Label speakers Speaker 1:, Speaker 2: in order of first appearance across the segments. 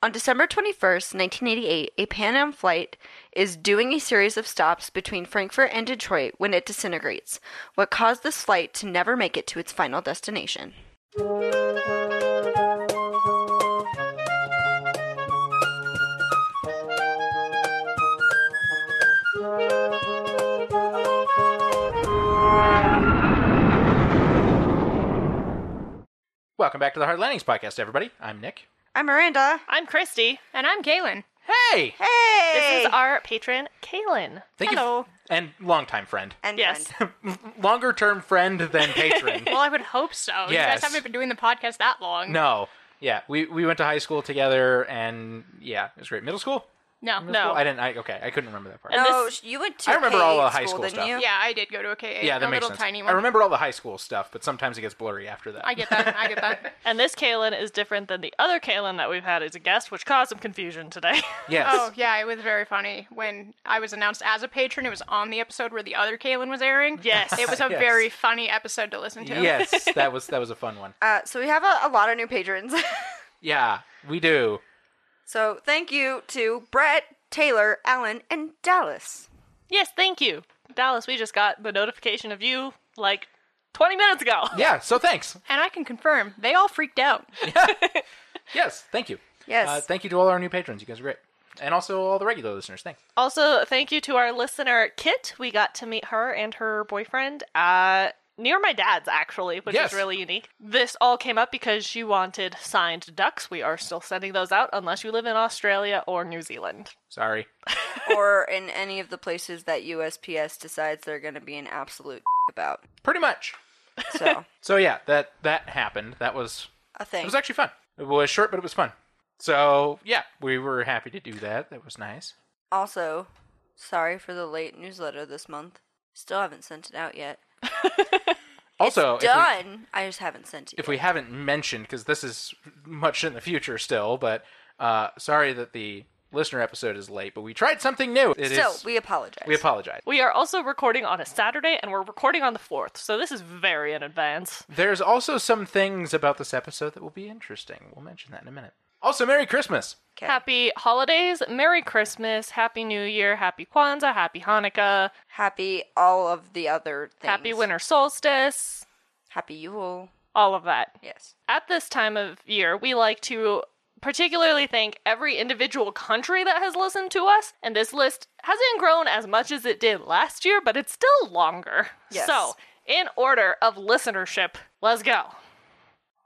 Speaker 1: On December 21st, 1988, a Pan Am flight is doing a series of stops between Frankfurt and Detroit when it disintegrates, what caused this flight to never make it to its final destination.
Speaker 2: Welcome back to the Hard Landings podcast, everybody. I'm Nick.
Speaker 1: I'm Miranda.
Speaker 3: I'm Christy.
Speaker 4: And I'm Galen.
Speaker 2: Hey,
Speaker 1: Hey!
Speaker 3: This is our patron, Kaylin.
Speaker 2: Thank you-
Speaker 3: Hello.
Speaker 2: and longtime friend,
Speaker 1: and
Speaker 3: Yes.
Speaker 1: friend.
Speaker 2: longer term friend than patron.
Speaker 4: Well, I would hope so. You
Speaker 2: Yes.
Speaker 4: guys haven't been doing the podcast that long.
Speaker 2: no, yeah, we we went to high school together, and yeah, it was great. Middle school?
Speaker 4: No.
Speaker 2: Middle school?
Speaker 3: No.
Speaker 2: I didn't. I, okay, I couldn't remember that part.
Speaker 3: And
Speaker 1: No,
Speaker 3: this-
Speaker 1: sh- you went to
Speaker 2: I remember
Speaker 1: K
Speaker 2: all the high
Speaker 1: school,
Speaker 2: school
Speaker 1: didn't
Speaker 2: stuff.
Speaker 1: you?
Speaker 4: Yeah, I did go to a KA.
Speaker 2: yeah, that
Speaker 4: a
Speaker 2: makes
Speaker 4: little
Speaker 2: sense.
Speaker 4: tiny one.
Speaker 2: I remember all the high school stuff, but sometimes it gets blurry after that.
Speaker 4: I get that. I get that.
Speaker 3: And this Kaylin is different than the other Kaylin that we've had as a guest, which caused some confusion today.
Speaker 2: Yes.
Speaker 4: Oh yeah, it was very funny when I was announced as a patron. It was on the episode where the other Kalen was airing.
Speaker 3: Yes.
Speaker 4: it was a
Speaker 2: Yes.
Speaker 4: very funny episode to listen to.
Speaker 2: yes, that was that was a fun one.
Speaker 1: Uh, so we have a, a lot of new patrons.
Speaker 2: Yeah, we do.
Speaker 1: so thank you to Brett, Taylor, Alan, and Dallas.
Speaker 3: yes, thank you. Dallas, we just got the notification of you like 20 minutes ago.
Speaker 2: Yeah, so thanks.
Speaker 4: and I can confirm they all freaked out.
Speaker 2: Yes, thank you.
Speaker 1: Yes.
Speaker 2: Uh, thank you to all our new patrons. You guys are great, and also all the regular listeners. Thanks.
Speaker 3: Also, thank you to our listener, Kit. We got to meet her and her boyfriend uh, near my dad's, actually, which
Speaker 2: Yes.
Speaker 3: is really unique. This all came up because she wanted signed ducks. We are still sending those out unless you live in Australia or New Zealand.
Speaker 2: Sorry.
Speaker 1: or in any of the places that USPS decides they're going to be an absolute about.
Speaker 2: Pretty much.
Speaker 1: So,
Speaker 2: So yeah, that that happened. That was
Speaker 1: a thing.
Speaker 2: it was actually fun. It was short, but it was fun. So yeah, we were happy to do that. That was nice.
Speaker 1: also, sorry for the late newsletter this month. Still haven't sent it out yet.
Speaker 2: Also, if we,
Speaker 1: Done. I just haven't sent it.
Speaker 2: if
Speaker 1: yet.
Speaker 2: we haven't mentioned, because this is much in the future still, but uh, sorry that the listener episode is late. But we tried something new. It is
Speaker 1: Still, we apologize.
Speaker 2: we apologize.
Speaker 3: We are also recording on a Saturday and we're recording on the 4th, so this is very in advance.
Speaker 2: There's also some things about this episode that will be interesting. We'll mention that in a minute. Also, Merry Christmas.
Speaker 1: Okay.
Speaker 3: Happy holidays, Merry Christmas, Happy New Year, Happy Kwanzaa, Happy Hanukkah,
Speaker 1: Happy all of the other things.
Speaker 3: Happy Winter Solstice,
Speaker 1: Happy Yule.
Speaker 3: all of that.
Speaker 1: Yes.
Speaker 3: at this time of year, we like to particularly thank every individual country that has listened to us. And this list hasn't grown as much as it did last year, but it's still longer.
Speaker 1: Yes.
Speaker 3: So, in order of listenership, let's go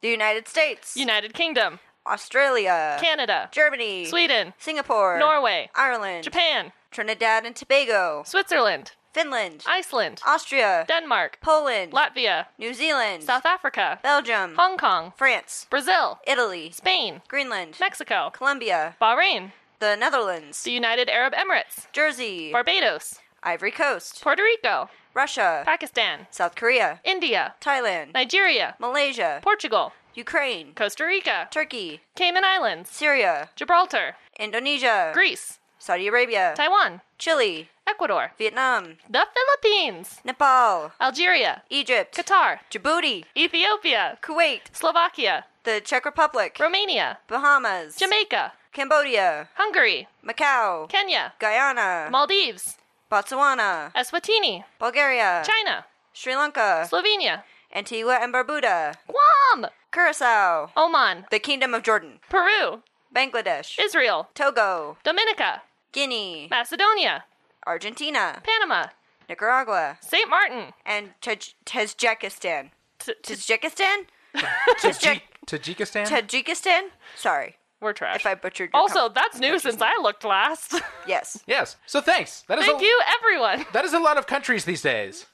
Speaker 1: The United States.
Speaker 3: United Kingdom,
Speaker 1: Australia.
Speaker 3: Canada,
Speaker 1: Uh, Germany.
Speaker 3: Sweden,
Speaker 1: Singapore.
Speaker 3: Norway,
Speaker 1: Ireland.
Speaker 3: Japan,
Speaker 1: Trinidad and Tobago.
Speaker 3: Switzerland,
Speaker 1: Finland.
Speaker 3: Iceland,
Speaker 1: Austria.
Speaker 3: Denmark,
Speaker 1: Poland.
Speaker 3: Latvia,
Speaker 1: New Zealand.
Speaker 3: South Africa,
Speaker 1: Belgium.
Speaker 3: Hong Kong,
Speaker 1: France.
Speaker 3: Brazil,
Speaker 1: Italy.
Speaker 3: Spain,
Speaker 1: Greenland.
Speaker 3: Mexico,
Speaker 1: Colombia.
Speaker 3: Bahrain,
Speaker 1: The Netherlands.
Speaker 3: the United Arab Emirates,
Speaker 1: Jersey.
Speaker 3: Barbados,
Speaker 1: Ivory Coast.
Speaker 3: Puerto Rico,
Speaker 1: Russia.
Speaker 3: Pakistan,
Speaker 1: South Korea.
Speaker 3: India,
Speaker 1: Thailand.
Speaker 3: Nigeria,
Speaker 1: Malaysia.
Speaker 3: Portugal,
Speaker 1: Ukraine.
Speaker 3: Costa Rica,
Speaker 1: Turkey.
Speaker 3: Cayman Islands,
Speaker 1: Syria.
Speaker 3: Gibraltar,
Speaker 1: Indonesia.
Speaker 3: Greece,
Speaker 1: Saudi Arabia.
Speaker 3: Taiwan,
Speaker 1: Chile.
Speaker 3: Ecuador,
Speaker 1: Vietnam.
Speaker 3: the Philippines,
Speaker 1: Nepal.
Speaker 3: Algeria,
Speaker 1: Egypt.
Speaker 3: Qatar,
Speaker 1: Djibouti.
Speaker 3: Ethiopia,
Speaker 1: Kuwait.
Speaker 3: Slovakia,
Speaker 1: The Czech Republic.
Speaker 3: Romania,
Speaker 1: Bahamas.
Speaker 3: Jamaica,
Speaker 1: Cambodia.
Speaker 3: Hungary,
Speaker 1: Macau.
Speaker 3: Kenya,
Speaker 1: Guyana.
Speaker 3: Maldives,
Speaker 1: Botswana.
Speaker 3: Eswatini,
Speaker 1: Bulgaria.
Speaker 3: China,
Speaker 1: Sri Lanka.
Speaker 3: Slovenia,
Speaker 1: Antigua and Barbuda.
Speaker 3: Guam,
Speaker 1: Curacao.
Speaker 3: Oman,
Speaker 1: The Kingdom of Jordan.
Speaker 3: Peru,
Speaker 1: Bangladesh.
Speaker 3: Israel,
Speaker 1: Togo.
Speaker 3: Dominica,
Speaker 1: Guinea.
Speaker 3: Macedonia,
Speaker 1: Argentina.
Speaker 3: Panama,
Speaker 1: Nicaragua.
Speaker 3: St. Martin,
Speaker 1: And Taj- Tajikistan.
Speaker 3: T- t-
Speaker 1: Tajikistan?
Speaker 2: Tajik- Tajikistan?
Speaker 1: Tajikistan? Sorry
Speaker 3: we're trash.
Speaker 1: if I butchered your
Speaker 3: Also, that's new since I looked last.
Speaker 1: com- Yes.
Speaker 2: yes. So thanks. That is
Speaker 3: Thank
Speaker 2: a,
Speaker 3: you, everyone.
Speaker 2: That is a lot of countries these days.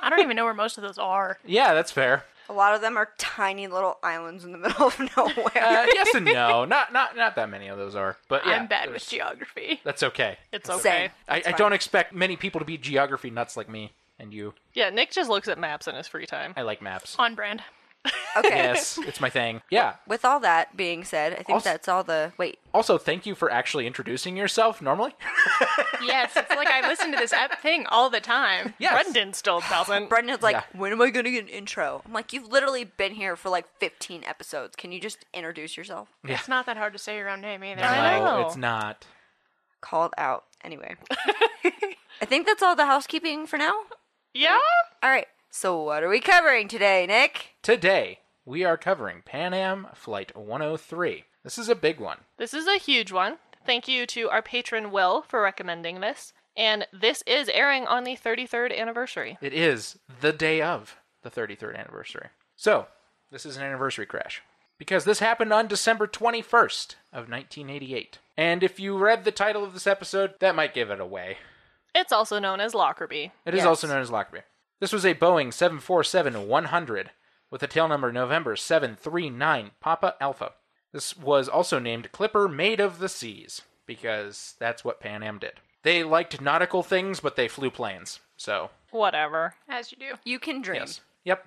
Speaker 4: I don't even know where most of those are.
Speaker 2: Yeah, that's fair.
Speaker 1: A lot of them are tiny little islands in the middle of nowhere.
Speaker 2: Uh, yes and no. Not not not that many of those are. But yeah,
Speaker 4: I'm bad
Speaker 2: there's-
Speaker 4: with geography.
Speaker 2: That's okay.
Speaker 3: It's okay.
Speaker 1: Same.
Speaker 2: I, I
Speaker 1: fine.
Speaker 2: don't expect many people to be geography nuts like me and you.
Speaker 3: Yeah, Nick just looks at maps in his free time.
Speaker 2: I like maps.
Speaker 4: On brand.
Speaker 1: Okay.
Speaker 2: yes, it's my thing. Yeah.
Speaker 1: With all that being said, I think
Speaker 2: Also-
Speaker 1: that's all the. Wait.
Speaker 2: Also, thank you for actually introducing yourself normally.
Speaker 4: Yes, it's like I listen to this ep- thing all the time.
Speaker 2: yes.
Speaker 3: Brendan still doesn't.
Speaker 1: Brendan's like,
Speaker 2: Yeah.
Speaker 1: when am I going to get an intro? I'm like, you've literally been here for like 15 episodes. Can you just introduce yourself?
Speaker 4: It's not that hard to say your own name either.
Speaker 3: I
Speaker 2: No,
Speaker 3: know.
Speaker 2: it's not.
Speaker 1: Called out. Anyway. I think that's all the housekeeping for now.
Speaker 3: yeah?
Speaker 1: All right. So, what are we covering today, Nick?
Speaker 2: Today, we are covering Pan Am Flight 103. This is a big one.
Speaker 3: This is a huge one. Thank you to our patron Will for recommending this. And this is airing on the 33rd anniversary.
Speaker 2: It is the day of the 33rd anniversary. So, this is an anniversary crash because this happened on December 21st of 1988. And if you read the title of this episode, that might give it away.
Speaker 3: It's also known as Lockerbie.
Speaker 2: It is
Speaker 1: Yes.
Speaker 2: also known as Lockerbie. This was a Boeing 747 100 with a tail number November 739 Papa Alpha. This was also named Clipper Maid of the Seas because that's what Pan Am did. They liked nautical things, but they flew planes. So,
Speaker 3: Whatever.
Speaker 4: As you do.
Speaker 1: You can dream.
Speaker 2: yes. Yep.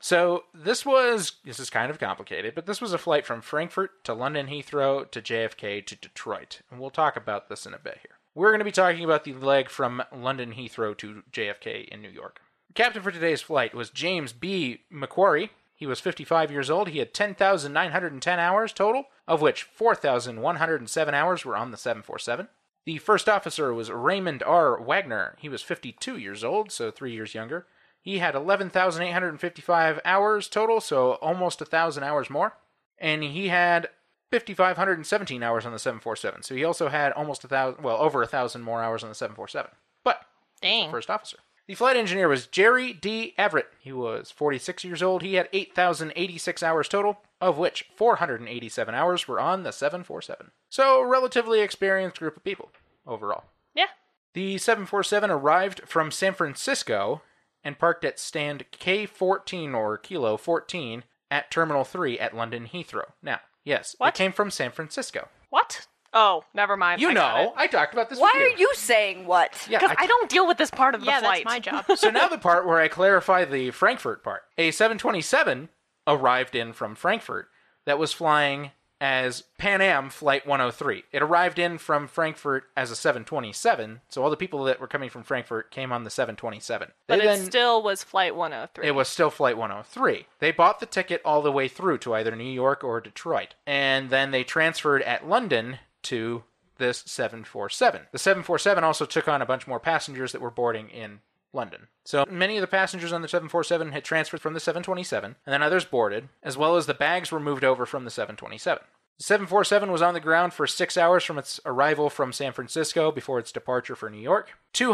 Speaker 2: so, this was this is kind of complicated, but this was a flight from Frankfurt to London Heathrow to JFK to Detroit. And we'll talk about this in a bit here. We're going to be talking about the leg from London Heathrow to JFK in New York. Captain for today's flight was James B. McQuarrie. He was 55 years old. He had 10,910 hours total, of which 4,107 hours were on the 747. The first officer was Raymond R. Wagner. He was 52 years old, so three years younger. He had 11,855 hours total, so almost 1,000 hours more. And he had 5,517 hours on the 747. So he also had almost a 1,000, well, over a 1,000 more hours on the 747. But
Speaker 3: Dang.
Speaker 2: first officer. The flight engineer was Jerry D. Everett. He was 46 years old. He had 8,086 hours total, of which 487 hours were on the 747. So, relatively experienced group of people overall.
Speaker 3: Yeah.
Speaker 2: The 747 arrived from San Francisco and parked at stand K14 or Kilo 14 at Terminal 3 at London Heathrow. Now, yes,
Speaker 3: What?
Speaker 2: it came from San Francisco.
Speaker 3: What? Oh, never mind.
Speaker 2: You
Speaker 3: I got
Speaker 2: know,
Speaker 3: it.
Speaker 2: I talked about this
Speaker 1: Why
Speaker 2: with
Speaker 1: are you saying what?
Speaker 2: Yeah,
Speaker 3: Because I, don't deal with this part of the
Speaker 4: Yeah,
Speaker 3: flight.
Speaker 4: that's my job.
Speaker 2: so now the part where I clarify the Frankfurt part. A 727 arrived in from Frankfurt that was flying as Pan Am Flight 103. It arrived in from Frankfurt as a 727, so all the people that were coming from Frankfurt came on the 727.
Speaker 3: but
Speaker 2: They
Speaker 3: it
Speaker 2: then-
Speaker 3: still was Flight 103.
Speaker 2: it was still Flight 103. They bought the ticket all the way through to either New York or Detroit, and then they transferred at London to this 747. The 747 also took on a bunch more passengers that were boarding in London. So many of the passengers on the 747 had transferred from the 727, and then others boarded, as well as the bags were moved over from the 727. The 747 was on the ground for six hours from its arrival from San Francisco before its departure for New York.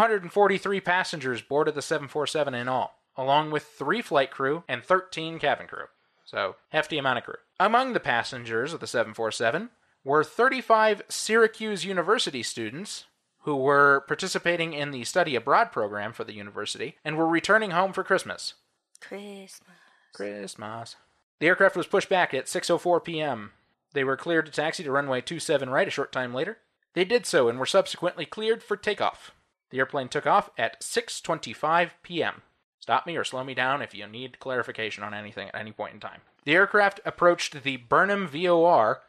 Speaker 2: 243 passengers boarded the 747 in all, along with three flight crew and 13 cabin crew. So, hefty amount of crew. Among the passengers of the 747 were 35 Syracuse University students who were participating in the study abroad program for the university and were returning home for Christmas.
Speaker 1: Christmas.
Speaker 2: Christmas. The aircraft was pushed back at 6:04 p.m. They were cleared to taxi to runway 27 right a short time later. They did so and were subsequently cleared for takeoff. The airplane took off at 6:25 p.m. Stop me or slow me down if you need clarification on anything at any point in time. The aircraft approached the Burnham VOR,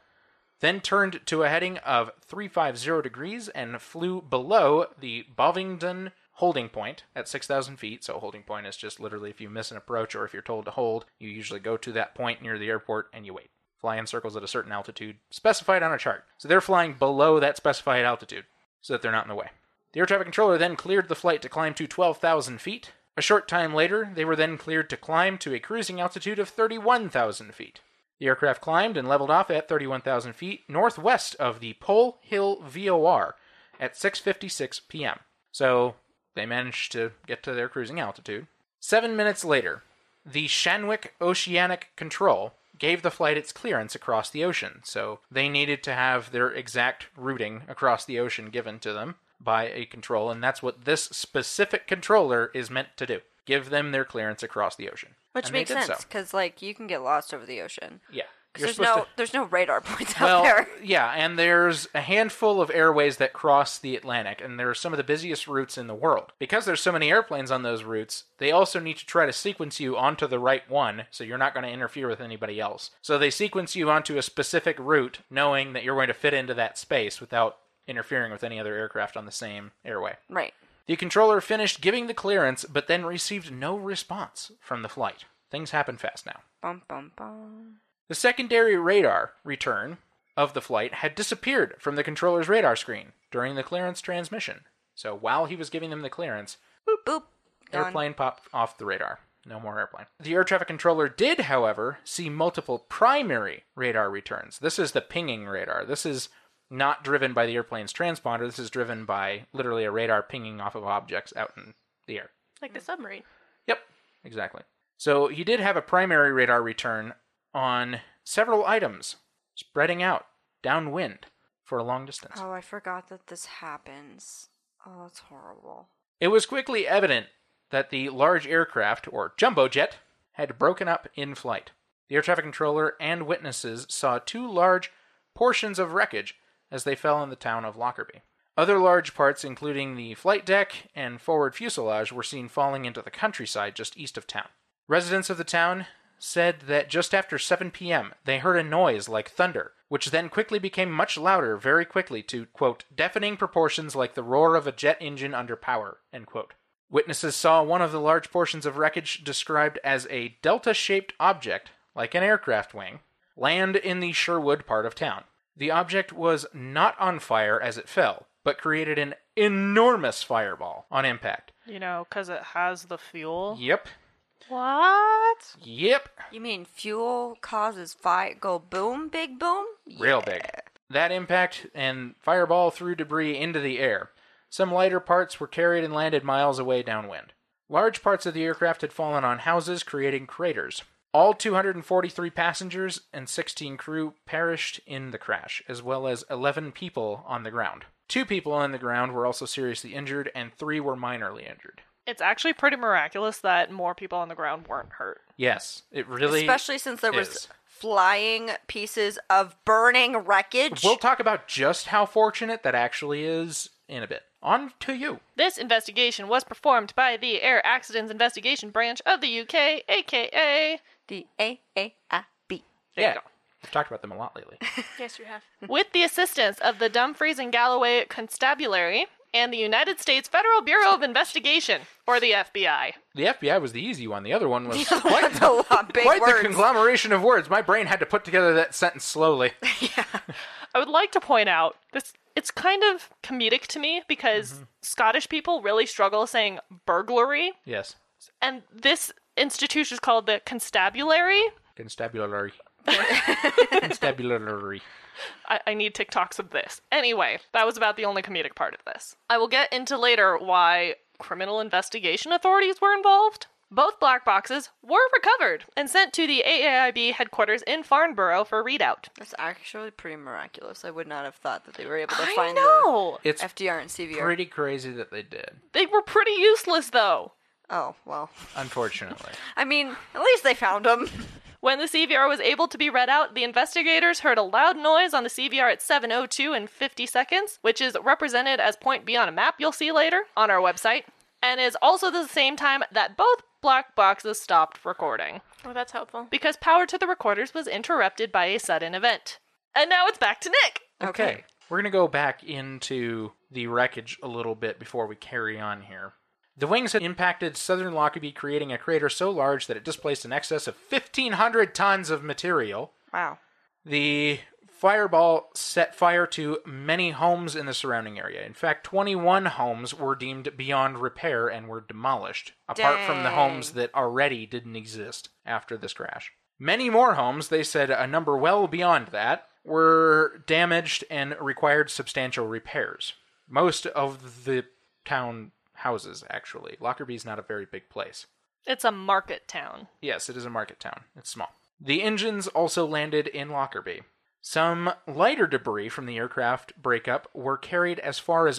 Speaker 2: then turned to a heading of 350 degrees and flew below the Bovington holding point at 6,000 feet. So, a holding point is just literally if you miss an approach or if you're told to hold, you usually go to that point near the airport and you wait. Fly in circles at a certain altitude specified on a chart. So, they're flying below that specified altitude so that they're not in the way. The air traffic controller then cleared the flight to climb to 12,000 feet. A short time later, they were then cleared to climb to a cruising altitude of 31,000 feet. The aircraft climbed and leveled off at 31,000 feet northwest of the Pole Hill VOR at 6:56 p.m. So they managed to get to their cruising altitude. Seven minutes later, the Shanwick Oceanic Control gave the flight its clearance across the ocean. So they needed to have their exact routing across the ocean given to them by a control, and that's what this specific controller is meant to do: give them their clearance across the ocean.
Speaker 1: Which
Speaker 2: And they
Speaker 1: makes
Speaker 2: did
Speaker 1: sense
Speaker 2: So.
Speaker 1: because, like, you can get lost over the ocean.
Speaker 2: Yeah. You're
Speaker 1: There's
Speaker 2: supposed
Speaker 1: no
Speaker 2: to-
Speaker 1: there's no radar points out
Speaker 2: well,
Speaker 1: there.
Speaker 2: yeah, and there's a handful of airways that cross the Atlantic, and they're some of the busiest routes in the world. Because there's so many airplanes on those routes, they also need to try to sequence you onto the right one, so you're not going to interfere with anybody else. So they sequence you onto a specific route, knowing that you're going to fit into that space without interfering with any other aircraft on the same airway.
Speaker 1: Right.
Speaker 2: The controller finished giving the clearance, but then received no response from the flight. Things happen fast now.
Speaker 1: Bum bum bum.
Speaker 2: The secondary radar return of the flight had disappeared from the controller's radar screen during the clearance transmission. So while he was giving them the clearance,
Speaker 1: Boop boop. Gone.
Speaker 2: airplane popped off the radar. No more airplane. The air traffic controller did, however, see multiple primary radar returns. This is the pinging radar. This is not driven by the airplane's transponder. This is driven by literally a radar pinging off of objects out in the air.
Speaker 4: Like the submarine.
Speaker 2: Yep, exactly. So he did have a primary radar return on several items, spreading out downwind for a long distance.
Speaker 1: Oh, I forgot that this happens. Oh, that's horrible.
Speaker 2: It was quickly evident that the large aircraft, or jumbo jet, had broken up in flight. The air traffic controller and witnesses saw two large portions of wreckage as they fell in the town of Lockerbie. Other large parts, including the flight deck and forward fuselage, were seen falling into the countryside just east of town. Residents of the town said that just after 7 p.m., they heard a noise like thunder, which then quickly became much louder very quickly to, quote, deafening proportions like the roar of a jet engine under power, end quote. Witnesses saw one of the large portions of wreckage described as a delta shaped object, like an aircraft wing, land in the Sherwood part of town. The object was not on fire as it fell, but created an enormous fireball on impact.
Speaker 3: You know, because it has the fuel.
Speaker 2: Yep.
Speaker 3: What?
Speaker 2: Yep.
Speaker 1: You mean fuel causes fire go boom, big boom?
Speaker 2: Real big. That impact and fireball threw debris into the air. Some lighter parts were carried and landed miles away downwind. Large parts of the aircraft had fallen on houses, creating craters. All 243 passengers and 16 crew perished in the crash, as well as 11 people on the ground. Two people on the ground were also seriously injured, and three were minorly injured.
Speaker 3: It's actually pretty miraculous that more people on the ground weren't hurt.
Speaker 2: Yes, it really.
Speaker 1: Especially since there was
Speaker 2: is.
Speaker 1: flying pieces of burning wreckage.
Speaker 2: We'll talk about just how fortunate that actually is in a bit. On to you.
Speaker 3: This investigation was performed by the Air Accidents Investigation Branch of the UK, aka
Speaker 1: the AAIB.
Speaker 2: yeah. We've talked about them a lot lately.
Speaker 4: Yes, you have.
Speaker 3: with the assistance of the Dumfries and Galloway Constabulary and the United States Federal Bureau of Investigation, or the FBI.
Speaker 2: The FBI was the easy one. The other one was
Speaker 1: other
Speaker 2: quite,
Speaker 1: one's a lot- big
Speaker 2: quite the
Speaker 1: words.
Speaker 2: conglomeration of words. My brain had to put together that sentence slowly.
Speaker 3: I would like to point out this it's kind of comedic to me because Scottish people really struggle saying burglary
Speaker 2: yes.
Speaker 3: and this institution is called the constabulary.
Speaker 2: Constabulary. Constabulary.
Speaker 3: I, I need TikToks of this. Anyway, that was about the only comedic part of this. I will get into later why criminal investigation authorities were involved. Both black boxes were recovered and sent to the AAIB headquarters in Farnborough for readout.
Speaker 1: That's actually pretty miraculous. I would not have thought that they were able to
Speaker 3: I
Speaker 1: find
Speaker 3: know!
Speaker 1: the
Speaker 2: It's
Speaker 1: FDR and CVR.
Speaker 2: pretty crazy that they did,
Speaker 3: They were pretty useless though.
Speaker 1: Oh, well.
Speaker 2: unfortunately.
Speaker 1: I mean, at least they found them.
Speaker 3: When the CVR was able to be read out, the investigators heard a loud noise on the CVR at 7:02 and 50 seconds, which is represented as point B on a map you'll see later on our website, and is also the same time that both black boxes stopped recording
Speaker 4: Oh, that's helpful.
Speaker 3: because power to the recorders was interrupted by a sudden event. And now it's back to Nick.
Speaker 2: Okay. We're going to go back into the wreckage a little bit before we carry on here. The wings had impacted southern Lockerbie, creating a crater so large that it displaced an excess of 1,500 tons of material.
Speaker 1: Wow.
Speaker 2: The fireball set fire to many homes in the surrounding area. In fact, 21 homes were deemed beyond repair and were demolished, apart from the homes that already didn't exist after this crash. Many more homes, they said a number well beyond that, were damaged and required substantial repairs. Most of the town houses, actually. Lockerbie's not a very big place.
Speaker 3: It's a market town.
Speaker 2: Yes, it is a market town. It's small. The engines also landed in Lockerbie. Some lighter debris from the aircraft breakup were carried as far as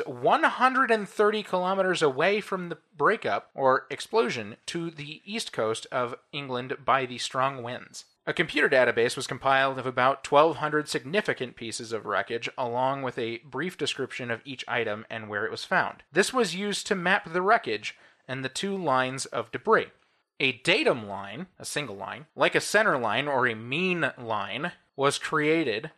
Speaker 2: 130 kilometers away from the breakup or explosion to the east coast of England by the strong winds. A computer database was compiled of about 1,200 significant pieces of wreckage, along with a brief description of each item and where it was found. This was used to map the wreckage and the two lines of debris. A datum line, a single line, like a center line or a mean line, was created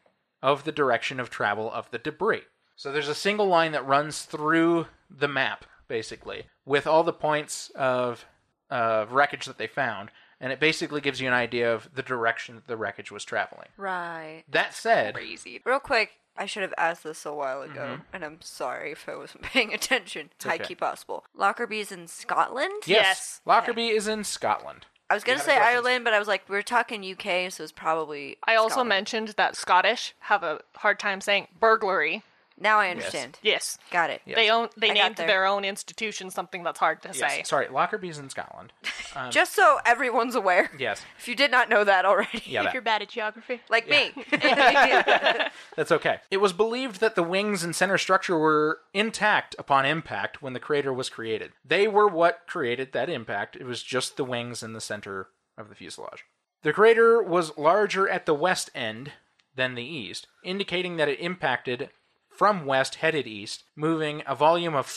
Speaker 2: of the direction of travel of the debris. So there's a single line that runs through the map, basically, with all the points of of wreckage that they found, and it basically gives you an idea of the direction that the wreckage was traveling.
Speaker 1: Right.
Speaker 2: That said,
Speaker 4: Crazy.
Speaker 1: Real quick, I should have asked this a while ago, and I'm sorry if I wasn't paying attention. It's high
Speaker 2: Mm-hmm. okay.
Speaker 1: key possible. Lockerby's in Scotland?
Speaker 2: yes,
Speaker 3: Yes.
Speaker 2: Lockerbie is in Scotland.
Speaker 1: I was going to say Ireland, but I was like, we're talking UK, so it's probably.
Speaker 3: I also
Speaker 1: Scotland.
Speaker 3: mentioned that Scottish have a hard time saying burglary.
Speaker 1: Now I understand.
Speaker 3: Yes.
Speaker 1: Got it.
Speaker 3: They own
Speaker 1: I
Speaker 3: they
Speaker 1: got
Speaker 3: named
Speaker 1: there.
Speaker 3: their own institution something that's hard to say.
Speaker 2: Yes. Sorry, Lockerbie's in Scotland. um,
Speaker 1: Just so everyone's aware.
Speaker 2: Yes.
Speaker 1: If you did not know that already.
Speaker 2: Yeah, that-
Speaker 4: If you're bad at geography.
Speaker 1: Like me.
Speaker 2: That's okay. It was believed that the wings and center structure were intact upon impact when the crater was created. They were what created that impact. It was just the wings and the center of the fuselage. The crater was larger at the west end than the east, indicating that it impacted from west headed east, moving a volume of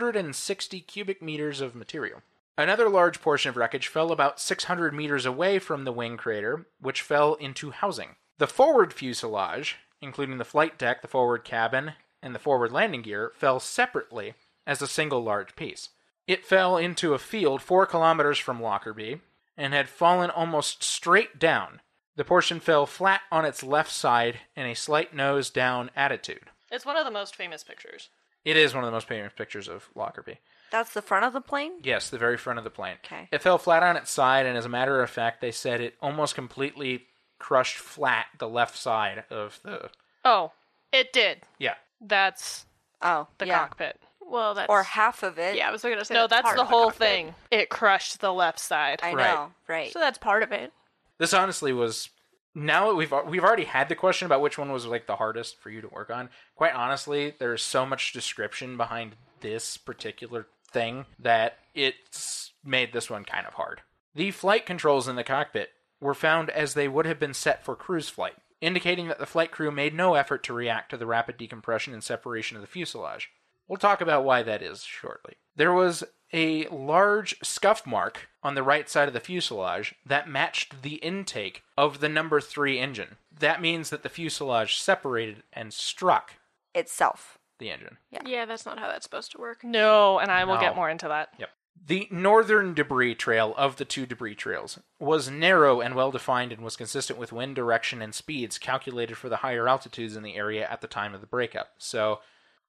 Speaker 2: 560 cubic meters of material. Another large portion of wreckage fell about 600 meters away from the wing crater, which fell into housing. The forward fuselage, including the flight deck, the forward cabin, and the forward landing gear, fell separately as a single large piece. It fell into a field four kilometers from Lockerbie and had fallen almost straight down. The portion fell flat on its left side in a slight nose down attitude.
Speaker 3: It's one of the most famous pictures.
Speaker 2: It is one of the most famous pictures of Lockerbie.
Speaker 1: That's the front of the plane?
Speaker 2: Yes, the very front of the plane.
Speaker 1: Okay.
Speaker 2: It fell flat on its side, and as a matter of fact, they said it almost completely crushed flat the left side of the.
Speaker 3: Oh, it did.
Speaker 2: Yeah.
Speaker 3: That's
Speaker 1: Oh,
Speaker 3: the
Speaker 1: yeah.
Speaker 3: cockpit.
Speaker 4: Well, that's.
Speaker 1: Or half of it.
Speaker 4: yeah, I was going to say
Speaker 3: No, that's
Speaker 4: part
Speaker 3: the
Speaker 4: of
Speaker 3: whole
Speaker 4: cockpit.
Speaker 3: thing. It crushed the left side.
Speaker 1: I
Speaker 2: Right.
Speaker 1: know. Right.
Speaker 4: So that's part of it.
Speaker 2: This honestly was. Now that we've we've already had the question about which one was like the hardest for you to work on. Quite honestly, there's so much description behind this particular thing that it's made this one kind of hard. The flight controls in the cockpit were found as they would have been set for cruise flight, indicating that the flight crew made no effort to react to the rapid decompression and separation of the fuselage. We'll talk about why that is shortly. There was a large scuff mark on the right side of the fuselage that matched the intake of the number 3 engine. That means that the fuselage separated and struck
Speaker 1: Itself.
Speaker 2: the engine.
Speaker 4: Yeah, that's not how that's supposed to work.
Speaker 3: No, and I will
Speaker 2: No.
Speaker 3: get more into that.
Speaker 2: Yep. The northern debris trail of the two debris trails was narrow and well defined and was consistent with wind direction and speeds calculated for the higher altitudes in the area at the time of the breakup. So,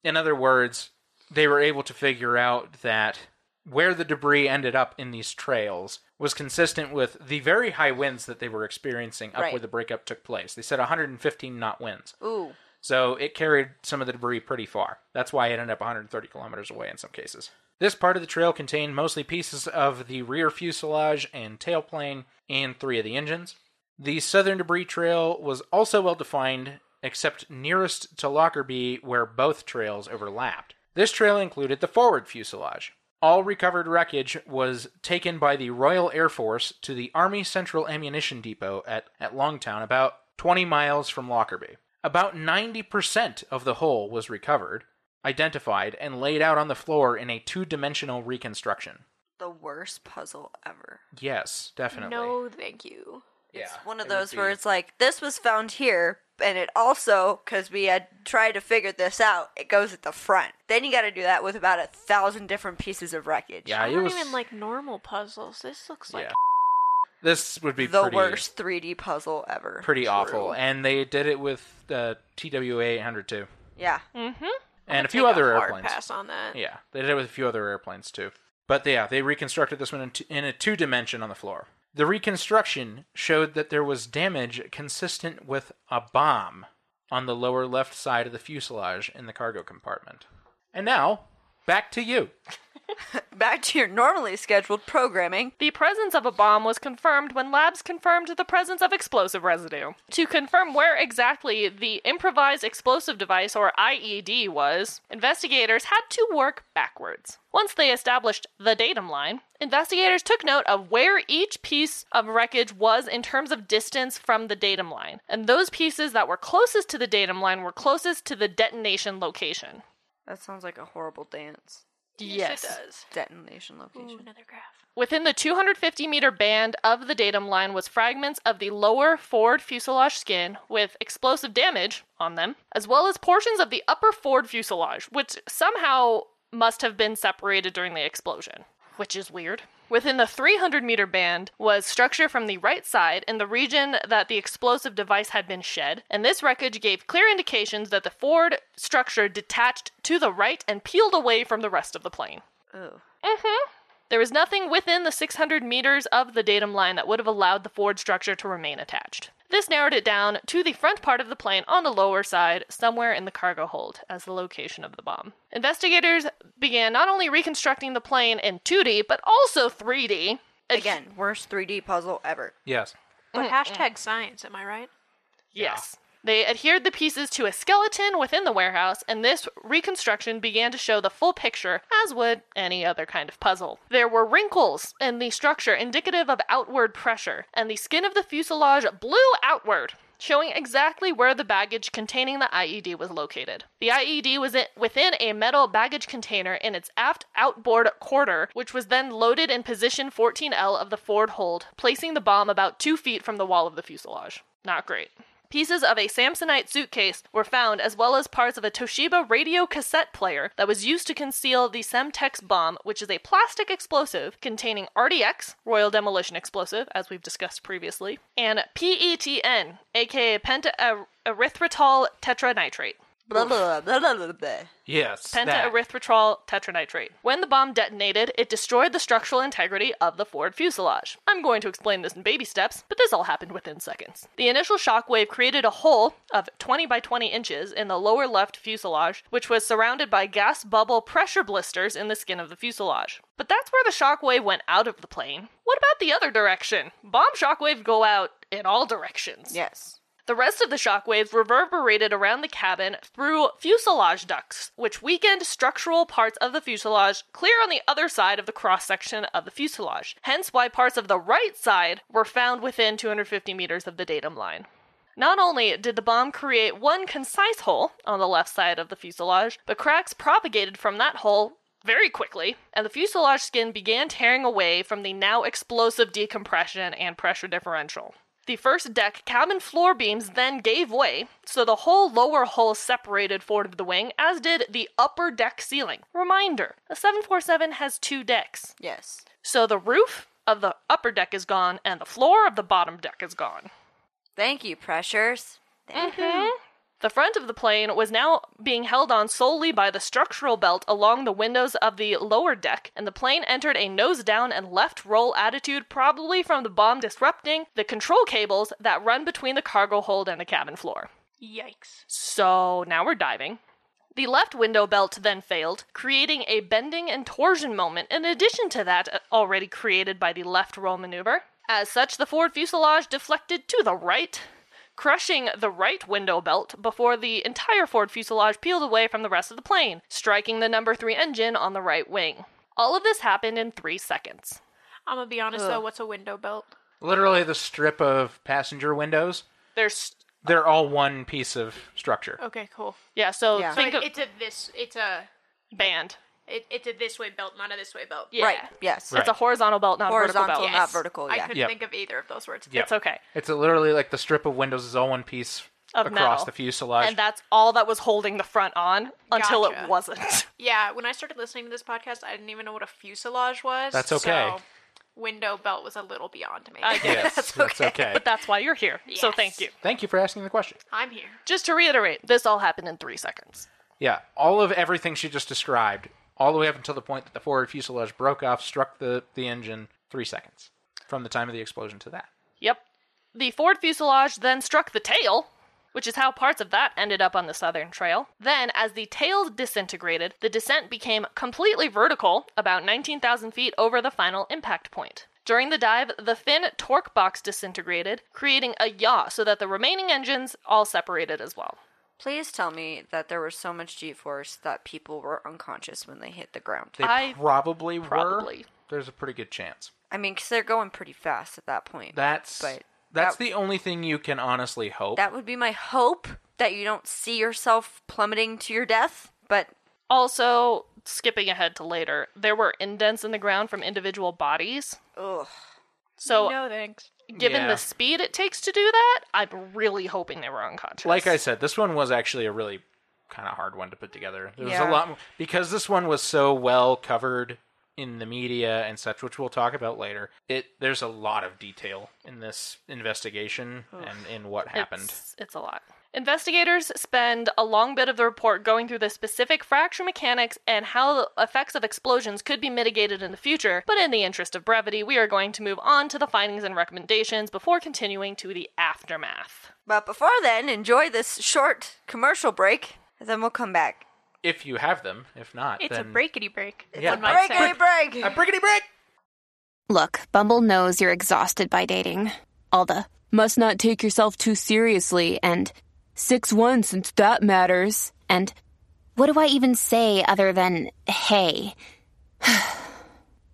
Speaker 2: in other words, they were able to figure out that where the debris ended up in these trails was consistent with the very high winds that they were experiencing up
Speaker 1: Right.
Speaker 2: where the breakup took place. They said 115 knot winds.
Speaker 1: Ooh.
Speaker 2: So it carried some of the debris pretty far. That's why it ended up 130 kilometers away in some cases. This part of the trail contained mostly pieces of the rear fuselage and tailplane and three of the engines. The southern debris trail was also well defined, except nearest to Lockerbie, where both trails overlapped. This trail included the forward fuselage. All recovered wreckage was taken by the Royal Air Force to the Army Central Ammunition Depot at, at Longtown, about 20 miles from Lockerbie. About 90% of the whole was recovered, identified, and laid out on the floor in a two dimensional reconstruction.
Speaker 1: The worst puzzle ever.
Speaker 2: Yes, definitely.
Speaker 4: No, thank you.
Speaker 1: It's
Speaker 2: Yeah,
Speaker 1: one of
Speaker 2: it would
Speaker 1: those where
Speaker 2: be-
Speaker 1: it's like, this was found here, and it also, because we had tried to figure this out, it goes at the front. Then you got to do that with about a thousand different pieces of wreckage.
Speaker 2: Yeah,
Speaker 4: I
Speaker 2: it
Speaker 4: don't
Speaker 2: was
Speaker 4: even like normal puzzles. This looks like
Speaker 2: yeah. This would be
Speaker 1: the
Speaker 2: pretty,
Speaker 1: worst 3D puzzle ever.
Speaker 2: pretty awful, and they did it with uh, the TWA 800 too,
Speaker 1: Yeah.
Speaker 3: Mm-hmm.
Speaker 2: and a
Speaker 4: I'd
Speaker 2: few
Speaker 4: take
Speaker 2: other
Speaker 4: a hard
Speaker 2: airplanes.
Speaker 4: Pass on that.
Speaker 2: Yeah, they did it with a few other airplanes too. But yeah, they reconstructed this one in, t- in a two dimension on the floor. The reconstruction showed that there was damage consistent with a bomb on the lower left side of the fuselage in the cargo compartment. And now, back to you.
Speaker 1: Back to your normally scheduled programming.
Speaker 3: The presence of a bomb was confirmed when labs confirmed the presence of explosive residue. To confirm where exactly the improvised explosive device, or IED, was, investigators had to work backwards. Once they established the datum line, investigators took note of where each piece of wreckage was in terms of distance from the datum line, and those pieces that were closest to the datum line were closest to the detonation location.
Speaker 1: That sounds like a horrible dance.
Speaker 4: Yes, it does.
Speaker 1: Detonation location.
Speaker 4: another graph.
Speaker 3: Within the 250 meter band of the datum line was fragments of the lower forward fuselage skin with explosive damage on them, as well as portions of the upper forward fuselage, which somehow must have been separated during the explosion, which is weird. Within the 300 meter band was structure from the right side in the region that the explosive device had been shed, and this wreckage gave clear indications that the forward structure detached to the right and peeled away from the rest of the plane.
Speaker 1: Oh.
Speaker 3: There was nothing within the 600 meters of the datum line that would have allowed the Ford structure to remain attached. This narrowed it down to the front part of the plane on the lower side, somewhere in the cargo hold, as the location of the bomb. Investigators began not only reconstructing the plane in 2D, but also 3D.
Speaker 1: Again, worst 3D puzzle ever.
Speaker 2: Yes.
Speaker 4: But hashtag science, am I right?
Speaker 3: Yes. They adhered the pieces to a skeleton within the warehouse, and this reconstruction began to show the full picture, as would any other kind of puzzle. There were wrinkles in the structure indicative of outward pressure, and the skin of the fuselage blew outward, showing exactly where the baggage containing the IED was located. The IED was i- within a metal baggage container in its aft outboard quarter, which was then loaded in position 14L of the forward hold, placing the bomb about two feet from the wall of the fuselage. Not great. Pieces of a Samsonite suitcase were found, as well as parts of a Toshiba radio cassette player that was used to conceal the Semtex bomb, which is a plastic explosive containing RDX, Royal Demolition Explosive, as we've discussed previously, and E PETN, aka pentaerythritol tetranitrate.
Speaker 1: Blah, blah, blah, blah, blah, blah.
Speaker 2: Yes. that.
Speaker 3: Pentaerythritol tetranitrate. When the bomb detonated, it destroyed the structural integrity of the forward fuselage. I'm going to explain this in baby steps, but this all happened within seconds. The initial shockwave created a hole of 20 by 20 inches in the lower left fuselage, which was surrounded by gas bubble pressure blisters in the skin of the fuselage. But that's where the shockwave went out of the plane. What about the other direction? Bomb shockwaves go out in all directions.
Speaker 1: Yes.
Speaker 3: The rest of the shockwaves reverberated around the cabin through fuselage ducts, which weakened structural parts of the fuselage clear on the other side of the cross section of the fuselage, hence why parts of the right side were found within 250 meters of the datum line. Not only did the bomb create one concise hole on the left side of the fuselage, but cracks propagated from that hole very quickly, and the fuselage skin began tearing away from the now explosive decompression and pressure differential. The first deck cabin floor beams then gave way, so the whole lower hull separated forward of the wing, as did the upper deck ceiling. Reminder a 747 has two decks,
Speaker 1: Yes.
Speaker 3: so the roof of the upper deck is gone, and the floor of the bottom deck is gone.
Speaker 1: Thank you, pressures. Thank
Speaker 3: The front of the plane was now being held on solely by the structural belt along the windows of the lower deck, and the plane entered a nose down and left roll attitude, probably from the bomb disrupting the control cables that run between the cargo hold and the cabin floor.
Speaker 4: Yikes.
Speaker 3: So now we're diving. The left window belt then failed, creating a bending and torsion moment in addition to that uh, already created by the left roll maneuver. As such, the forward fuselage deflected to the right, crushing the right window belt before the entire forward fuselage peeled away from the rest of the plane, striking the number 3 engine on the right wing. All of this happened in 3 seconds.
Speaker 4: I'm gonna be honest though, what's a window belt?
Speaker 2: Literally the strip of passenger windows.
Speaker 3: There's
Speaker 2: They're all one piece of
Speaker 3: Oh,
Speaker 2: structure.
Speaker 4: Okay, cool.
Speaker 3: yeah, so
Speaker 1: Yeah. So
Speaker 3: think
Speaker 4: But
Speaker 3: of
Speaker 4: it's a this it's a
Speaker 3: band.
Speaker 4: it, it's a this way belt, not a this way belt.
Speaker 3: Yeah.
Speaker 1: Right. Yes.
Speaker 2: Right.
Speaker 3: It's a horizontal belt, not a vertical
Speaker 1: Horizontal,
Speaker 3: belt.
Speaker 4: Yes.
Speaker 1: not vertical.
Speaker 4: I
Speaker 1: Yeah.
Speaker 4: couldn't
Speaker 2: Yep.
Speaker 4: think of either of those words.
Speaker 2: Yeah.
Speaker 3: It's okay.
Speaker 2: It's literally like the strip of windows is all one piece
Speaker 3: Of
Speaker 2: across
Speaker 3: metal.
Speaker 2: the fuselage.
Speaker 3: and that's all that was holding the front on until
Speaker 4: Gotcha.
Speaker 3: it wasn't.
Speaker 4: Yeah, when I started listening to this podcast, I didn't even know what a fuselage was.
Speaker 2: That's okay.
Speaker 4: so window belt was a little beyond me.
Speaker 3: I get
Speaker 2: yes,
Speaker 3: that's
Speaker 2: that's okay.
Speaker 3: But that's why you're here. So
Speaker 4: Yes.
Speaker 3: thank you.
Speaker 2: Thank you for asking the question.
Speaker 4: I'm here.
Speaker 3: Just to reiterate, this all happened in three seconds.
Speaker 2: Yeah, all of everything she just described, all the way up until the point that the forward fuselage broke off, struck the, the engine, three seconds from the time of the explosion to that.
Speaker 3: Yep. The forward fuselage then struck the tail, which is how parts of that ended up on the Southern Trail. Then, as the tails disintegrated, the descent became completely vertical, about 19,000 feet over the final impact point. During the dive, the fin torque box disintegrated, creating a yaw so that the remaining engines all separated as well.
Speaker 1: Please tell me that there was so much G force that people were unconscious when they hit the ground.
Speaker 2: They
Speaker 3: I-
Speaker 2: probably, were.
Speaker 3: probably.
Speaker 2: There's a pretty good chance.
Speaker 1: I mean, because they're going pretty fast at that point.
Speaker 2: That's
Speaker 1: But
Speaker 2: that's
Speaker 1: that-
Speaker 2: the only thing you can honestly hope.
Speaker 1: that would be my hope that you don't see yourself plummeting to your death. But
Speaker 3: Also, skipping ahead to later, there were indents in the ground from individual bodies.
Speaker 1: ugh,
Speaker 3: So,
Speaker 4: no thanks.
Speaker 3: given
Speaker 2: Yeah.
Speaker 3: the speed it takes to do that, I'm really hoping they were unconscious.
Speaker 2: like I said, this one was actually a really kind of hard one to put together. There was
Speaker 1: Yeah.
Speaker 2: a lot more, because this one was so well covered in the media and such, which we'll talk about later. It there's a lot of detail in this investigation and in what happened.
Speaker 3: It's, it's a lot. Investigators spend a long bit of the report going through the specific fracture mechanics and how the effects of explosions could be mitigated in the future, but in the interest of brevity, we are going to move on to the findings and recommendations before continuing to the aftermath.
Speaker 1: but before then, enjoy this short commercial break, and then we'll come back.
Speaker 2: If you have them, if not,
Speaker 4: It's
Speaker 2: then
Speaker 4: a breakity break.
Speaker 2: Yeah.
Speaker 4: one might
Speaker 1: Break,
Speaker 4: say.
Speaker 1: break.
Speaker 2: A brickety brick.
Speaker 5: Look, Bumble knows you're exhausted by dating. All the must not take yourself too seriously and 6 1 since that matters. And what do I even say other than hey?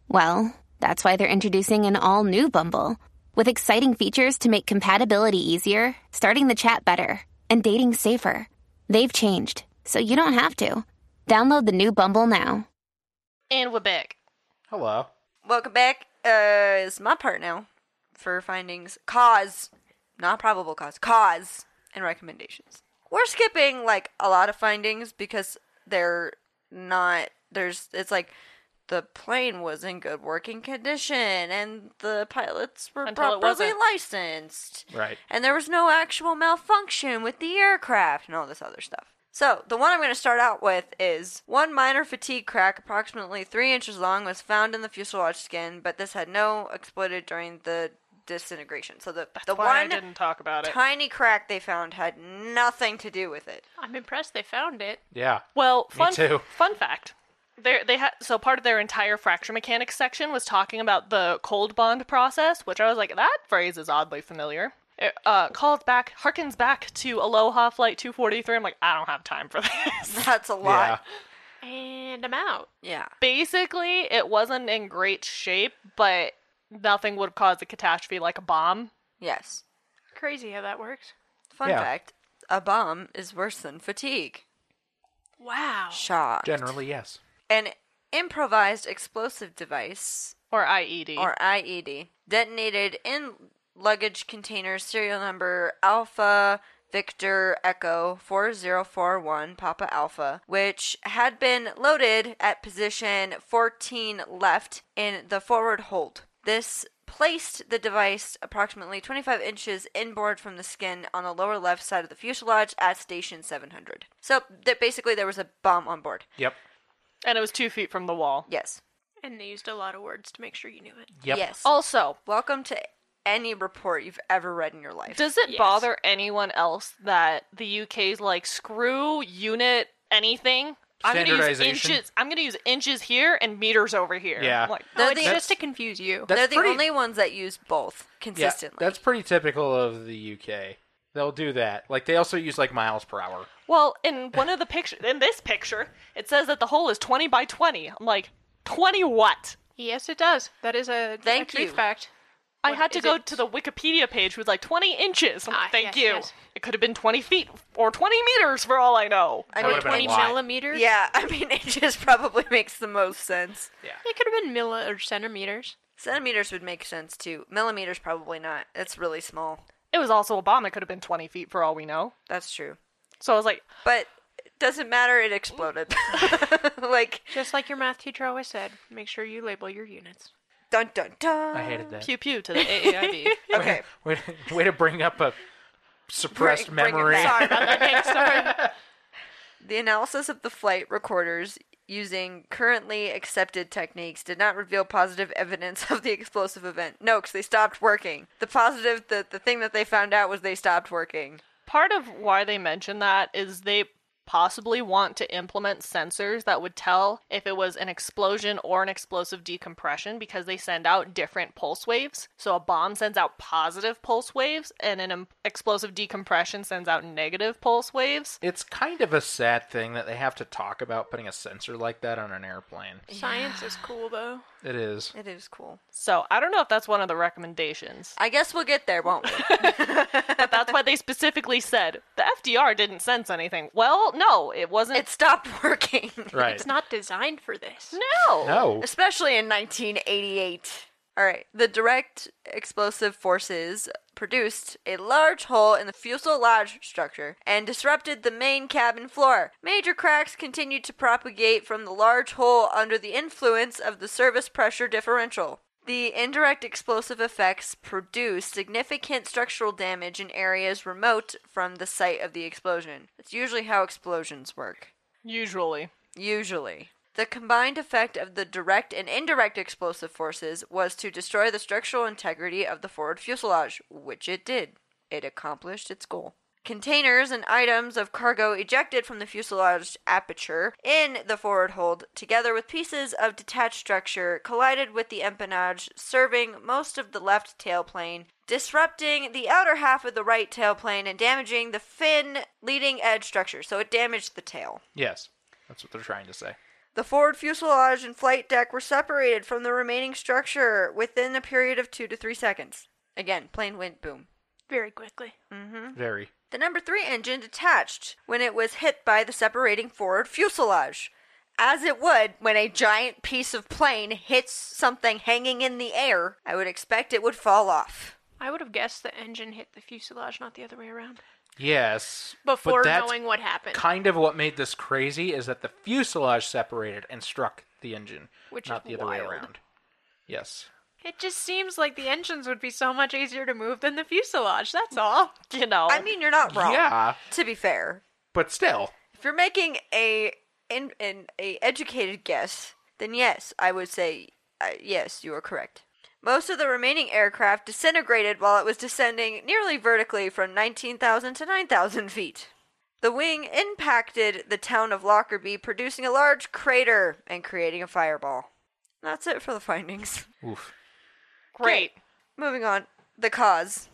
Speaker 5: well, that's why they're introducing an all new Bumble with exciting features to make compatibility easier, starting the chat better, and dating safer. They've changed, so you don't have to. Download the new Bumble now.
Speaker 3: And we're back.
Speaker 2: Hello.
Speaker 1: Welcome back. Uh, it's my part now for findings, cause, not probable cause, cause, and recommendations. We're skipping like a lot of findings because they're not. There's it's like the plane was in good working condition and the pilots were
Speaker 3: Until it
Speaker 1: properly
Speaker 3: wasn't.
Speaker 1: licensed,
Speaker 2: Right.
Speaker 1: and there was no actual malfunction with the aircraft and all this other stuff. So, the one I'm going to start out with is one minor fatigue crack, approximately three inches long, was found in the fuselage skin, but this had no exploited during the disintegration. So, the, the
Speaker 3: Why I
Speaker 1: one
Speaker 3: didn't talk about it.
Speaker 1: tiny crack they found had nothing to do with it.
Speaker 4: I'm impressed they found it.
Speaker 2: Yeah.
Speaker 3: Well, fun,
Speaker 2: too.
Speaker 3: fun fact. There, they had so part of their entire fracture mechanics section was talking about the cold bond process, which I was like, that phrase is oddly familiar. It uh, called back, harkens back to Aloha Flight 243. I'm like, I don't have time for this.
Speaker 1: That's a lot.
Speaker 4: And I'm out.
Speaker 1: Yeah.
Speaker 3: Basically, it wasn't in great shape, but nothing would cause a catastrophe like a bomb.
Speaker 1: Yes.
Speaker 4: Crazy how that works.
Speaker 1: Fun
Speaker 2: Yeah.
Speaker 1: fact a bomb is worse than fatigue.
Speaker 4: Wow.
Speaker 1: Shock.
Speaker 2: Yeah. Generally, yes.
Speaker 1: An improvised explosive device
Speaker 3: Or E IED.
Speaker 1: or IED, detonated in luggage container serial number Alpha Victor Echo 4041 Papa Alpha, which had been loaded at position 14 left in the forward hold. This placed the device approximately 25 inches inboard from the skin on the lower left side of the fuselage at station 700. So that basically there was a bomb on board.
Speaker 2: Yep.
Speaker 3: and it was two feet from the wall.
Speaker 1: Yes.
Speaker 4: And they used a lot of words to make sure you knew it.
Speaker 2: Yep. Oh,
Speaker 1: Yes.
Speaker 3: Also,
Speaker 1: Welcome to any report you've ever read in your life.
Speaker 3: Does it
Speaker 4: Yes.
Speaker 3: bother anyone else that the UK's like screw unit anything? I'm gonna use
Speaker 2: Standardization.
Speaker 3: inches. I'm gonna use inches here and meters over here.
Speaker 2: Yeah.
Speaker 3: I'm like,
Speaker 1: They're
Speaker 4: oh, it's
Speaker 1: the-
Speaker 4: just to confuse you.
Speaker 2: That's
Speaker 1: They're the
Speaker 2: pretty-
Speaker 1: only ones that use both
Speaker 2: Yeah,
Speaker 1: consistently.
Speaker 2: that's pretty typical of the UK. They'll do that. Like they also use like miles per hour.
Speaker 3: well, in one of the pictures, in this picture, it says that the hole is 20 by 20. I'm like, 20 what?
Speaker 4: Yes, it does. That is a,
Speaker 1: Thank
Speaker 4: a truth
Speaker 1: you.
Speaker 4: fact.
Speaker 3: I had to
Speaker 4: is
Speaker 3: go
Speaker 4: it?
Speaker 3: to the Wikipedia page. Who was like 20 inches. I'm like,
Speaker 4: Ah,
Speaker 3: thank
Speaker 4: yes,
Speaker 3: you.
Speaker 4: yes.
Speaker 3: It could have been 20 feet or 20 meters for all I know.
Speaker 1: I
Speaker 2: That
Speaker 1: mean,
Speaker 2: would've been a
Speaker 4: 20
Speaker 2: lot.
Speaker 4: millimeters?
Speaker 1: yeah, I mean, it just probably makes the most sense.
Speaker 4: It could have been milli or centimeters.
Speaker 1: Centimeters would make sense too. Millimeters probably not. It's really small.
Speaker 3: It was also a bomb. It could have been 20 feet for all we know.
Speaker 1: That's true.
Speaker 3: So I was like,
Speaker 1: But it doesn't matter. It exploded. like
Speaker 4: Just like your math teacher always said, make sure you label your units.
Speaker 1: dun dun dun.
Speaker 2: I hated that.
Speaker 3: pew pew to the AAIB.
Speaker 1: Okay.
Speaker 2: Way, way to bring up a suppressed
Speaker 1: Bring- bring it
Speaker 2: memory.
Speaker 1: back.
Speaker 4: Sorry.
Speaker 1: The analysis of the flight recorders using currently accepted techniques did not reveal positive evidence of the explosive event. No, 'cause they stopped working. The positive, the, the thing that they found out was they stopped working.
Speaker 3: part of why they mention that is they possibly want to implement sensors that would tell if it was an explosion or an explosive decompression because they send out different pulse waves. So a bomb sends out positive pulse waves and an em- explosive decompression sends out negative pulse waves.
Speaker 2: It's kind of a sad thing that they have to talk about putting a sensor like that on an airplane.
Speaker 4: Science is cool though.
Speaker 2: It is.
Speaker 1: It is cool.
Speaker 3: So I don't know if that's one of the recommendations.
Speaker 1: I guess we'll get there, won't we?
Speaker 3: But that's why they specifically said the FDR didn't sense anything. Well, no, it wasn't.
Speaker 1: it stopped working.
Speaker 2: Right.
Speaker 4: It's not designed for this.
Speaker 3: no.
Speaker 2: no.
Speaker 1: especially in 1988. All right, the direct explosive forces produced a large hole in the fuselage structure and disrupted the main cabin floor. Major cracks continued to propagate from the large hole under the influence of the service pressure differential. The indirect explosive effects produced significant structural damage in areas remote from the site of the explosion. That's usually how explosions work.
Speaker 3: Usually.
Speaker 1: Usually. The combined effect of the direct and indirect explosive forces was to destroy the structural integrity of the forward fuselage, which it did. It accomplished its goal. Containers and items of cargo ejected from the fuselage aperture in the forward hold, together with pieces of detached structure, collided with the empennage, serving most of the left tailplane, disrupting the outer half of the right tailplane, and damaging the fin leading edge structure. So it damaged the tail.
Speaker 2: Yes. That's what they're trying to say.
Speaker 1: The forward fuselage and flight deck were separated from the remaining structure within a period of two to three seconds. Again, plane went boom.
Speaker 4: Very quickly. Mm-hmm.
Speaker 2: Very.
Speaker 1: The number three engine detached when it was hit by the separating forward fuselage, as it would when a giant piece of plane hits something hanging in the air. I would expect it would fall off.
Speaker 4: I would have guessed the engine hit the fuselage, not the other way around.
Speaker 2: Yes. but
Speaker 4: Before
Speaker 2: that's
Speaker 4: knowing what happened.
Speaker 2: Kind of what made this crazy is that the fuselage separated and struck the engine,
Speaker 4: Which
Speaker 2: not
Speaker 4: is
Speaker 2: the other way
Speaker 4: wild.
Speaker 2: around. Yes.
Speaker 4: It just seems like the engines would be so much easier to move than the fuselage, that's all.
Speaker 3: You know.
Speaker 1: I mean, you're not wrong.
Speaker 2: Yeah.
Speaker 1: To be fair,
Speaker 2: But still,
Speaker 1: if you're making a an, an a educated guess, then yes, I would say uh, yes, you are correct. Most of the remaining aircraft disintegrated while it was descending nearly vertically from 19,000 to 9,000 feet. The wing impacted the town of Lockerbie, producing a large crater and creating a fireball. That's it for the findings.
Speaker 2: oof.
Speaker 3: great.
Speaker 1: Moving on, the cause.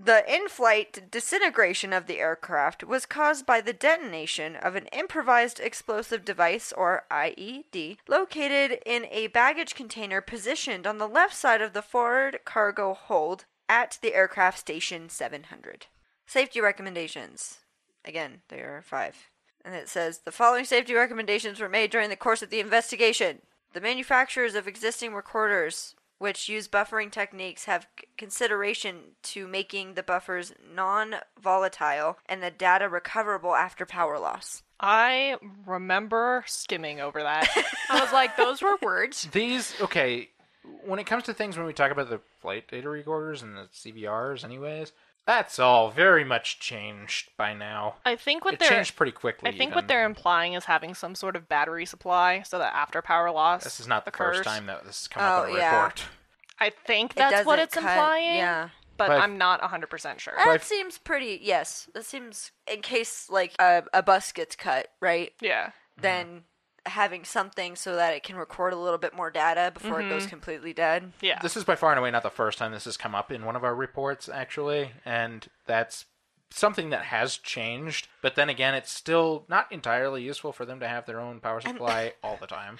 Speaker 1: The in flight disintegration of the aircraft was caused by the detonation of an improvised explosive device, or IED, located in a baggage container positioned on the left side of the forward cargo hold at the aircraft station 700. Safety recommendations. Again, there are five. And it says the following safety recommendations were made during the course of the investigation. The manufacturers of existing recorders, which use buffering techniques, have c- consideration to making the buffers non volatile and the data recoverable after power loss.
Speaker 3: I remember skimming over that.
Speaker 4: I was like, those were words.
Speaker 2: These, okay, when it comes to things when we talk about the flight data recorders and the CBRs, anyways, that's all very much changed by now.
Speaker 3: I think what
Speaker 2: it
Speaker 3: they're
Speaker 2: changed pretty quickly.
Speaker 3: I think
Speaker 2: even.
Speaker 3: what they're implying is having some sort of battery supply so that after power loss
Speaker 2: This is not the
Speaker 3: occurs.
Speaker 2: first time that this has come up
Speaker 1: Oh,
Speaker 2: in a
Speaker 1: yeah.
Speaker 2: report.
Speaker 3: I think
Speaker 1: It
Speaker 3: that's what
Speaker 1: doesn't
Speaker 3: it's
Speaker 1: cut-
Speaker 3: implying.
Speaker 1: yeah. Ah.
Speaker 3: But
Speaker 2: But-
Speaker 3: I'm not 100% sure.
Speaker 2: But
Speaker 1: That
Speaker 2: I've-
Speaker 1: seems pretty. Yes, that seems in case like a, a bus gets cut, right?
Speaker 3: yeah.
Speaker 1: Then having something so that it can record a little bit more data before it
Speaker 3: Mm-hmm.
Speaker 1: goes completely dead.
Speaker 3: Yeah.
Speaker 2: This is by far and away not the first time this has come up in one of our reports, actually, and that's something that has changed. But then again, it's still not entirely useful for them to have their own power supply all the time.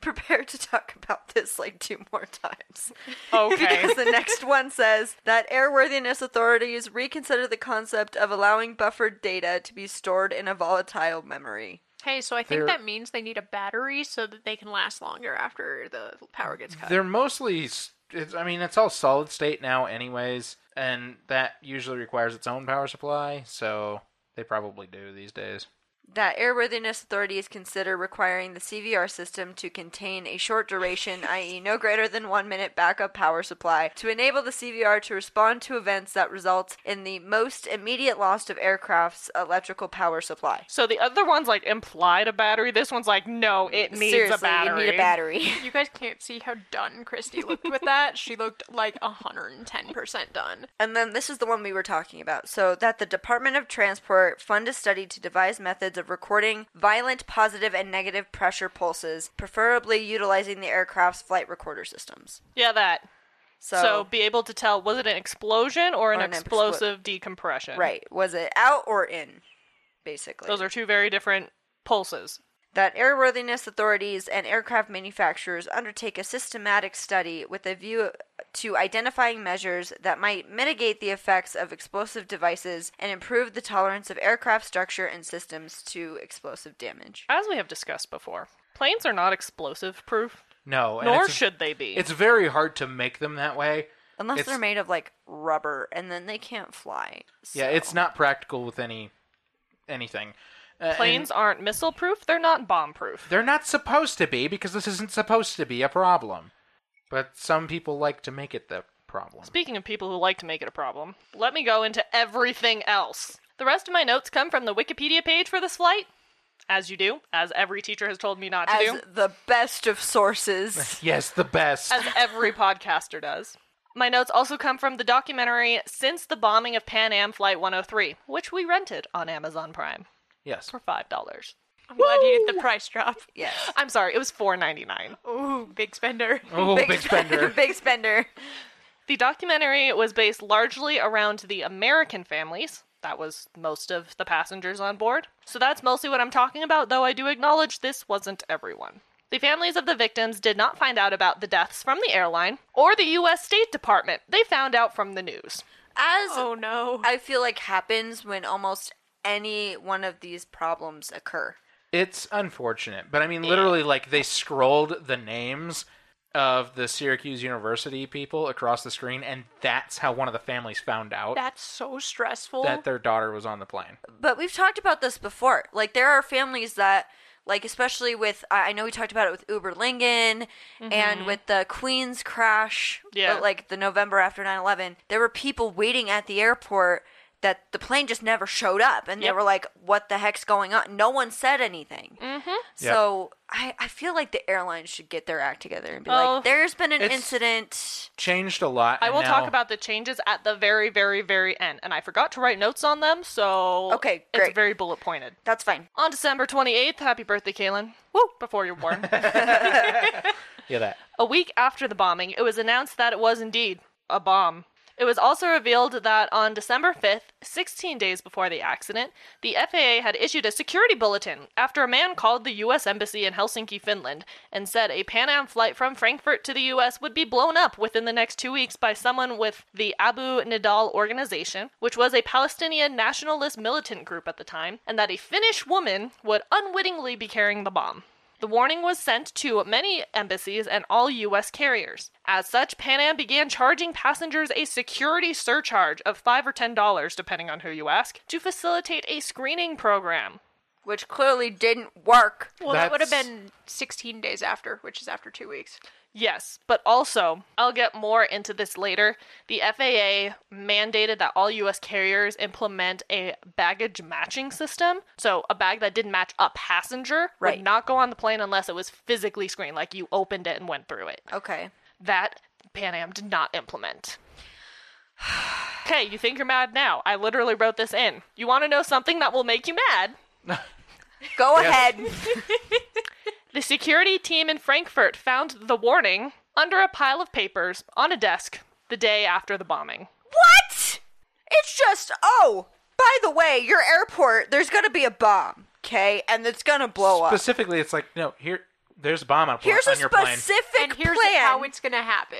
Speaker 1: prepare to talk about this like two more times.
Speaker 3: Okay.
Speaker 1: because the next one says that airworthiness authorities reconsider the concept of allowing buffered data to be stored in a volatile memory.
Speaker 4: Hey, so I think
Speaker 2: They're-
Speaker 4: that means they need a battery so that they can last longer after the power gets cut.
Speaker 2: They're mostly, s- it's, I mean, it's all solid state now, anyways, and that usually requires its own power supply, so they probably do these days.
Speaker 1: that airworthiness authorities consider requiring the CVR system to contain a short duration, i.e., no greater than one minute backup power supply, to enable the CVR to respond to events that result in the most immediate loss of aircraft's electrical power supply.
Speaker 3: So the other one's like implied a battery. This one's like, no, it needs
Speaker 1: Mm, Seriously,
Speaker 3: a battery.
Speaker 1: you need a battery.
Speaker 4: You guys can't see how done Christy looked with that. She looked like 110% done.
Speaker 1: And then this is the one we were talking about. So that the Department of Transport fund a study to devise methods of recording violent positive and negative pressure pulses, preferably utilizing the aircraft's flight recorder systems.
Speaker 3: Yeah, that.
Speaker 1: So,
Speaker 3: So, be able to tell was it an explosion or an,
Speaker 1: Or an explo-
Speaker 3: explosive decompression.
Speaker 1: right, was it out or in? Basically.
Speaker 3: Those are two very different pulses.
Speaker 1: that airworthiness authorities and aircraft manufacturers undertake a systematic study with a view to identifying measures that might mitigate the effects of explosive devices and improve the tolerance of aircraft structure and systems to explosive damage.
Speaker 3: As we have discussed before, planes are not explosive proof,
Speaker 2: No, and
Speaker 3: nor
Speaker 2: it's-
Speaker 3: should they be.
Speaker 2: It's very hard to make them that way.
Speaker 1: Unless
Speaker 2: It's-
Speaker 1: they're made of like rubber and then they can't fly.
Speaker 2: Yeah, it's not practical with any anything. Uh, and
Speaker 3: Planes aren't missile proof, they're not bomb proof.
Speaker 2: They're not supposed to be because this isn't supposed to be a problem. But some people like to make it the problem.
Speaker 3: Speaking of people who like to make it a problem, let me go into everything else. The rest of my notes come from the Wikipedia page for this flight, as you do, as every teacher has told me not to
Speaker 1: As
Speaker 3: do.
Speaker 1: the best of sources.
Speaker 2: Yes, the best.
Speaker 3: as every podcaster does. My notes also come from the documentary Since the Bombing of Pan Am Flight 103, which we rented on Amazon Prime
Speaker 2: yes.
Speaker 3: for $5.
Speaker 4: I'm glad you did the price drop.
Speaker 1: yes.
Speaker 3: I'm sorry, it was $4.99.
Speaker 4: Ooh, big spender.
Speaker 2: Oh, big, spender.
Speaker 1: big spender.
Speaker 3: The documentary was based largely around the American families. That was most of the passengers on board. So that's mostly what I'm talking about, though I do acknowledge this wasn't everyone. The families of the victims did not find out about the deaths from the airline or the US State Department. They found out from the news.
Speaker 1: As
Speaker 4: Oh no.
Speaker 1: I feel like happens when almost any one of these problems occur.
Speaker 2: It's unfortunate, but I mean, literally, like they scrolled the names of the Syracuse University people across the screen, and that's how one of the families found out
Speaker 4: That's so stressful.
Speaker 2: that their daughter was on the plane.
Speaker 1: But we've talked about this before. Like there are families that like especially with I I know we talked about it with Uber Lingen and with the Queens crash
Speaker 3: Mm-hmm. Yeah.
Speaker 1: uh, like the November after 9/11 there were people waiting at the airport that the plane just never showed up and they
Speaker 3: Yep.
Speaker 1: were like what the heck's going on no one said anything mm-hmm. so I, I feel like the airlines should get their act together and be
Speaker 3: Oh,
Speaker 1: like there's been an
Speaker 2: it's-
Speaker 1: incident
Speaker 2: Changed a lot.
Speaker 3: I
Speaker 2: and
Speaker 3: will talk
Speaker 2: now-
Speaker 3: about the changes at the very, very, very end, and I forgot to write notes on them, so
Speaker 1: Okay, great.
Speaker 3: it's very bullet pointed.
Speaker 1: that's fine
Speaker 3: On December 28th, happy birthday, Kaylin. Woo! Before you're born.
Speaker 2: yeah that.
Speaker 3: a week after the bombing, it was announced that it was indeed a bomb. It was also revealed that on December 5th, 16 days before the accident, the FAA had issued a security bulletin after a man called the U.S. Embassy in Helsinki, Finland, and said a Pan Am flight from Frankfurt to the U.S. would be blown up within the next two weeks by someone with the Abu Nidal organization, which was a Palestinian nationalist militant group at the time, and that a Finnish woman would unwittingly be carrying the bomb. The warning was sent to many embassies and all U.S. carriers. As such, Pan Am began charging passengers a security surcharge of $5 or $10, depending on who you ask, to facilitate a screening program.
Speaker 1: which clearly didn't work
Speaker 4: well, that would have
Speaker 2: that's-
Speaker 4: been 16 days after, which is after two weeks.
Speaker 3: Yes, but also, I'll get more into this later. The FAA mandated that all US carriers implement a baggage matching system. So, a bag that didn't match a passenger
Speaker 1: Right.
Speaker 3: would not go on the plane unless it was physically screened, like you opened it and went through it.
Speaker 1: okay
Speaker 3: that Pan Am did not implement. Okay, you think you're mad now. I literally wrote this in. You want to know something that will make you mad?
Speaker 1: go ahead
Speaker 3: The security team in Frankfurt found the warning under a pile of papers on a desk the day after the bombing.
Speaker 1: What? It's just, oh, by the way, your airport, there's going to be a bomb, okay? And it's going to blow up.
Speaker 2: Specifically, it's like no here. There's a bomb on, pl-
Speaker 1: Here's
Speaker 2: on
Speaker 1: a
Speaker 2: your
Speaker 1: specific
Speaker 4: And here's
Speaker 1: plan
Speaker 4: how it's gonna happen.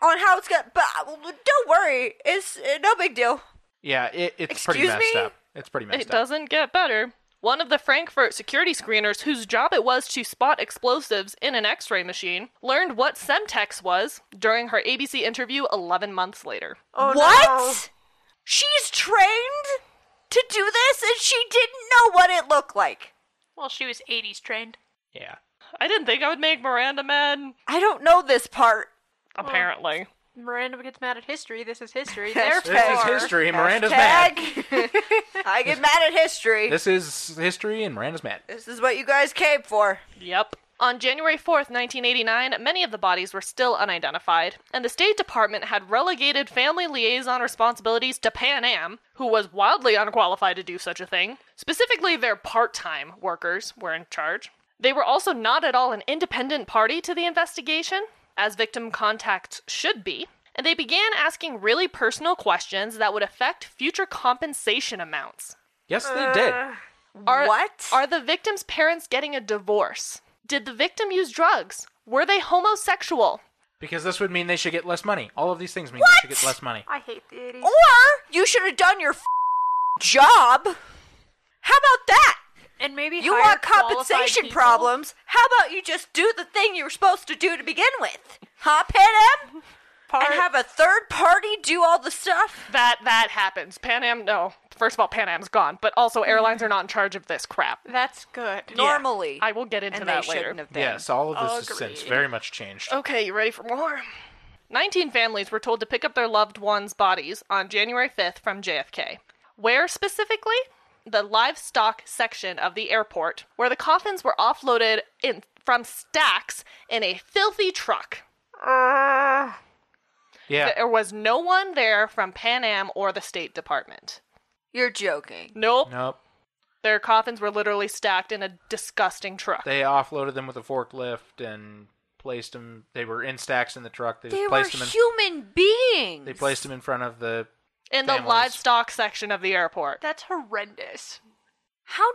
Speaker 1: on how it's going to. But uh, don't worry, it's uh, no big deal.
Speaker 2: plane. Yeah, it, it's pretty
Speaker 1: Excuse
Speaker 2: messed
Speaker 1: me?
Speaker 2: up. It's pretty messed
Speaker 3: It
Speaker 2: up.
Speaker 3: doesn't get better. One of the Frankfurt security screeners, whose job it was to spot explosives in an x ray machine, learned what Semtex was during her ABC interview 11 months later.
Speaker 1: what? She's trained? to do this and she didn't know what it looked like.
Speaker 4: Well, she was 80s trained.
Speaker 2: Yeah.
Speaker 3: I didn't think I would make Miranda mad.
Speaker 1: I don't know this part.
Speaker 3: Apparently.
Speaker 4: Miranda gets mad at history. This is history.
Speaker 1: Yes.
Speaker 4: Therefore,
Speaker 2: This is history. Miranda's mad.
Speaker 1: Hashtag- I get mad at history. This,
Speaker 2: This is history, and Miranda's mad.
Speaker 1: is what you guys came for.
Speaker 3: Yep. On January 4th, 1989, many of the bodies were still unidentified, and the State Department had relegated family liaison responsibilities to Pan Am, who was wildly unqualified to do such a thing. Specifically, their part time workers were in charge. They were also not at all an independent party to the investigation, as victim contacts should be, and they began asking really personal questions that would affect future compensation amounts.
Speaker 2: Yes, they did.
Speaker 3: Are,
Speaker 1: what?
Speaker 3: Are the victim's parents getting a divorce? Did the victim use drugs? Were they homosexual?
Speaker 2: Because this would mean they should get less money. All of these things mean they should get less money.
Speaker 4: I hate the 80s.
Speaker 1: or you should have done your f- job. How about that?
Speaker 4: And maybe
Speaker 1: You
Speaker 4: hire
Speaker 1: want
Speaker 4: qualified
Speaker 1: compensation
Speaker 4: people.
Speaker 1: problems? How about you just do the thing you were supposed to do to begin with? Huh, Pan Am?
Speaker 4: Part-
Speaker 1: And have a third party do all the stuff?
Speaker 3: That that happens. Pan Am, no. First of all, Pan Am's gone, but also
Speaker 1: Mm-hmm.
Speaker 3: airlines are not in charge of this crap.
Speaker 4: That's good.
Speaker 1: Normally.
Speaker 3: I will get into
Speaker 1: and
Speaker 3: that
Speaker 1: they
Speaker 3: later.
Speaker 1: shouldn't have been.
Speaker 2: Yes, all of this has
Speaker 4: Agreed.
Speaker 2: since very much changed.
Speaker 3: Okay, you ready for more? 19 families were told to pick up their loved ones' bodies on January 5th from JFK. Where specifically? The livestock section of the airport, where the coffins were offloaded in, from stacks in a filthy truck.
Speaker 2: Yeah.
Speaker 3: There was no one there from Pan Am or the State Department.
Speaker 1: You're joking.
Speaker 3: Nope.
Speaker 2: Nope.
Speaker 3: Their coffins were literally stacked in a disgusting truck.
Speaker 2: They offloaded them with a forklift and placed them. They were in stacks in the truck. They,
Speaker 1: They were
Speaker 2: placed them in.
Speaker 1: human beings.
Speaker 2: They placed them in front of the.
Speaker 3: in the
Speaker 2: families.
Speaker 3: livestock section of the airport.
Speaker 4: That's horrendous.
Speaker 1: How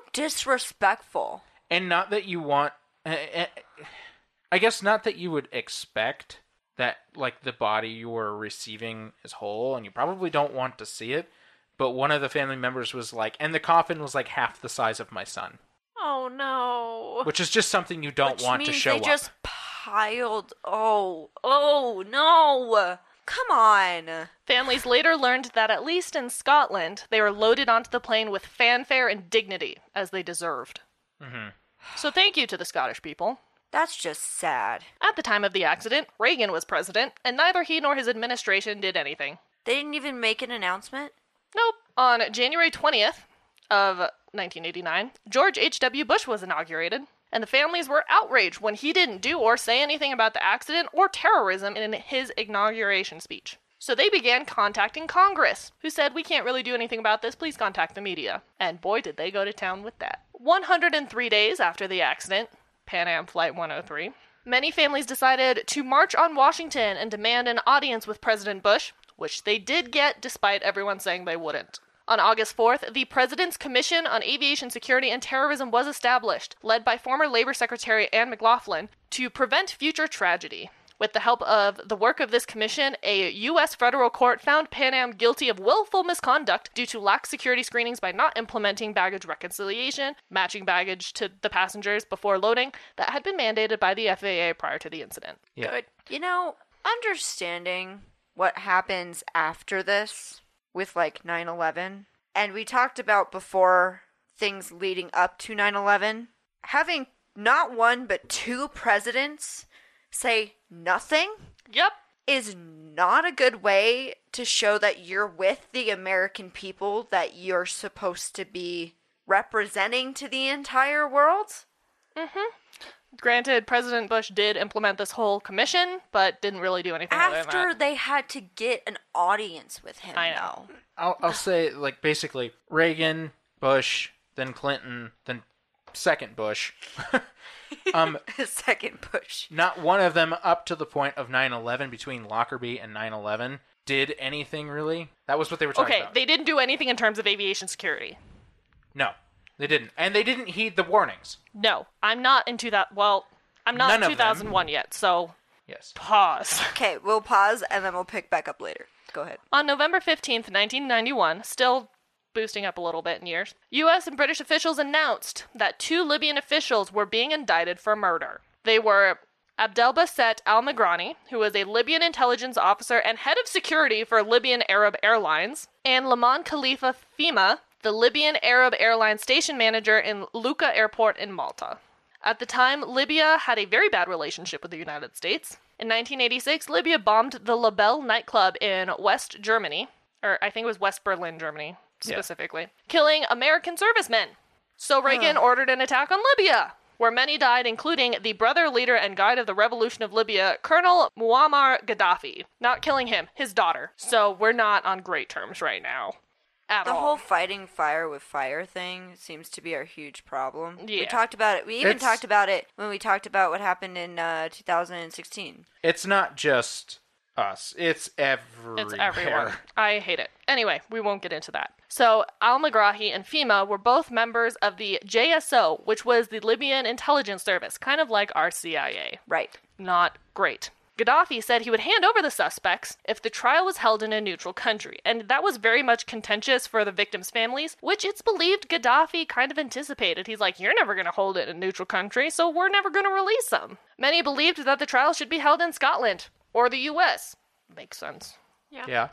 Speaker 1: disrespectful.
Speaker 2: And not that you want. I guess not that you would expect that, like the body you were receiving is whole, and you probably don't want to see it. But one of the family members was like, and the coffin was like half the size of my son,
Speaker 4: Oh no.
Speaker 2: which is just something you don't
Speaker 1: Which
Speaker 2: want
Speaker 1: means
Speaker 2: to show
Speaker 1: they
Speaker 2: up.
Speaker 1: just piled. Oh, oh no! Come on.
Speaker 3: Families later learned that, at least in Scotland, they were loaded onto the plane with fanfare and dignity, as they deserved.
Speaker 2: Mm-hmm.
Speaker 3: So, thank you to the Scottish people.
Speaker 1: That's just sad.
Speaker 3: At the time of the accident, Reagan was president, and neither he nor his administration did anything.
Speaker 1: They didn't even make an announcement.
Speaker 3: Nope. On January 20th of 1989, George H.W. Bush was inaugurated, and the families were outraged when he didn't do or say anything about the accident or terrorism in his inauguration speech. So they began contacting Congress, who said, We can't really do anything about this, please contact the media. And boy, did they go to town with that. 103 days after the accident, Pan Am Flight 103, many families decided to march on Washington and demand an audience with President Bush, which they did get despite everyone saying they wouldn't. On August 4th, the President's Commission on Aviation Security and Terrorism was established, led by former Labor Secretary Anne McLaughlin, to prevent future tragedy. With the help of the work of this commission, a U.S. federal court found Pan Am guilty of willful misconduct due to lax security screenings by not implementing baggage reconciliation, matching baggage to the passengers before loading that had been mandated by the FAA prior to the incident.
Speaker 2: yeah.
Speaker 4: Good.
Speaker 1: You know, understanding what happens after this with like 9 11, and we talked about before things leading up to 9 11, having not one but two presidents say nothing
Speaker 3: Yep.
Speaker 1: is not a good way to show that you're with the American people that you're supposed to be representing to the entire world.
Speaker 3: Granted, President Bush did implement this whole commission, but didn't really do anything other than
Speaker 1: After
Speaker 3: that.
Speaker 1: they had to get an audience with him,
Speaker 3: I know.
Speaker 1: though.
Speaker 2: I'll, I'll say like basically Reagan, Bush, then Clinton, then second Bush. um,
Speaker 1: Second push.
Speaker 2: not one of them up to the point of 9/11 between Lockerbie and 9/11 did anything really. That was what they were talking
Speaker 3: Okay,
Speaker 2: about.
Speaker 3: they didn't do anything in terms of aviation security.
Speaker 2: no, they didn't, and they didn't heed the warnings.
Speaker 3: No, I'm not in 2000. Well, I'm not
Speaker 2: None
Speaker 3: in
Speaker 2: of them.
Speaker 3: 2001 yet, so
Speaker 2: Yes,
Speaker 3: pause.
Speaker 1: Okay, we'll pause and then we'll pick back up later. Go ahead.
Speaker 3: On November 15th, 1991, still boosting up a little bit in years, US and British officials announced that two Libyan officials were being indicted for murder. They were Abdelbasset Al Magrani, who was a Libyan intelligence officer and head of security for Libyan Arab Airlines, and Laman Khalifa Fema, the Libyan Arab Airline station manager in Lucca Airport in Malta. At the time, Libya had a very bad relationship with the United States. In 1986, Libya bombed the Labelle nightclub in West Germany, or I think it was West Berlin, Germany,
Speaker 2: Yeah.
Speaker 3: specifically, killing American servicemen. So Reagan ordered an attack on Libya, where many died, including the brother leader and guide of the revolution of Libya, Colonel Muammar Gaddafi. Not killing him, his daughter. So we're not on great terms right now. At
Speaker 1: The
Speaker 3: all.
Speaker 1: whole fighting fire with fire thing seems to be our huge problem. We
Speaker 3: Yeah.
Speaker 1: talked about it. We even
Speaker 2: It's-
Speaker 1: talked about it when we talked about what happened in uh, 2016.
Speaker 2: It's not just us. It's everywhere.
Speaker 3: It's everywhere. I hate it. Anyway, we won't get into that. So, Al Megrahi and FEMA were both members of the JSO, which was the Libyan intelligence service, kind of like our CIA.
Speaker 1: Right.
Speaker 3: Not great. Gaddafi said he would hand over the suspects if the trial was held in a neutral country, and that was very much contentious for the victims' families, which it's believed Gaddafi kind of anticipated. He's like, You're never going to hold it in a neutral country, so we're never going to release them. Many believed that the trial should be held in Scotland or the US. Makes sense.
Speaker 2: Yeah.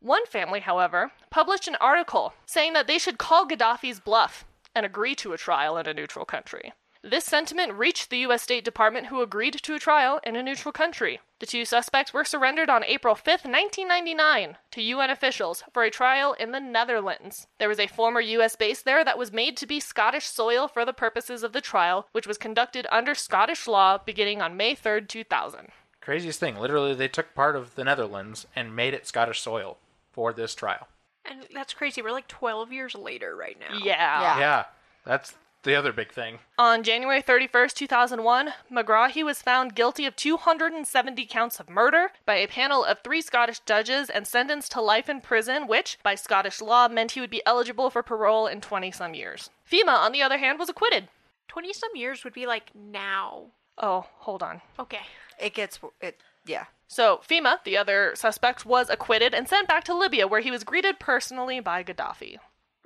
Speaker 3: One family, however, published an article saying that they should call Gaddafi's bluff and agree to a trial in a neutral country. This sentiment reached the U.S. State Department, who agreed to a trial in a neutral country. The two suspects were surrendered on April 5, 1999, to UN officials for a trial in the Netherlands. There was a former U.S. base there that was made to be Scottish soil for the purposes of the trial, which was conducted under Scottish law beginning on May 3, 2000.
Speaker 2: Craziest thing. Literally, they took part of the Netherlands and made it Scottish soil for this trial.
Speaker 4: And that's crazy. We're like 12 years later right now.
Speaker 3: Ah.
Speaker 1: Yeah.
Speaker 2: Yeah. That's the other big thing.
Speaker 3: On January 31st, 2001, McGrahy was found guilty of 270 counts of murder by a panel of three Scottish judges and sentenced to life in prison, which, by Scottish law, meant he would be eligible for parole in 20 some years. FEMA, on the other hand, was acquitted.
Speaker 4: 20 some years would be like now.
Speaker 3: Oh, hold on.
Speaker 4: Okay.
Speaker 1: It gets it. Yeah.
Speaker 3: So, FEMA, the other suspect, was acquitted and sent back to Libya, where he was greeted personally by Gaddafi.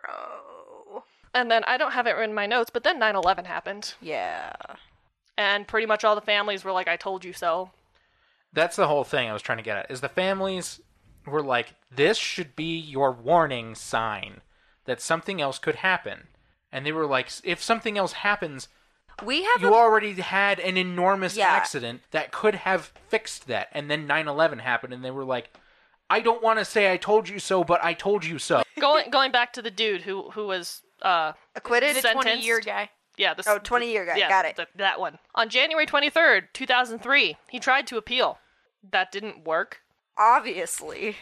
Speaker 4: Bro.
Speaker 3: And then, I don't have it in my notes, but then 9 11 happened.
Speaker 1: Yeah.
Speaker 3: And pretty much all the families were like, I told you so.
Speaker 2: That's the whole thing I was trying to get at. Is the families were like, this should be your warning sign that something else could happen. And they were like, if something else happens,
Speaker 1: We have
Speaker 2: you
Speaker 1: a
Speaker 2: already had an enormous
Speaker 1: Yeah.
Speaker 2: accident that could have fixed that. And then 9 11 happened, and they were like, I don't want to say I told you so, but I told you so.
Speaker 3: going going back to the dude who who was uh
Speaker 1: acquitted.
Speaker 4: The
Speaker 3: Sen-
Speaker 4: 20 year
Speaker 3: Sentenced.
Speaker 4: guy.
Speaker 3: yeah this
Speaker 1: Oh, 20 year guy.
Speaker 3: yeah,
Speaker 1: Got it.
Speaker 3: th- that one on January 23rd 2003 he tried to appeal that didn't work
Speaker 1: Obviously.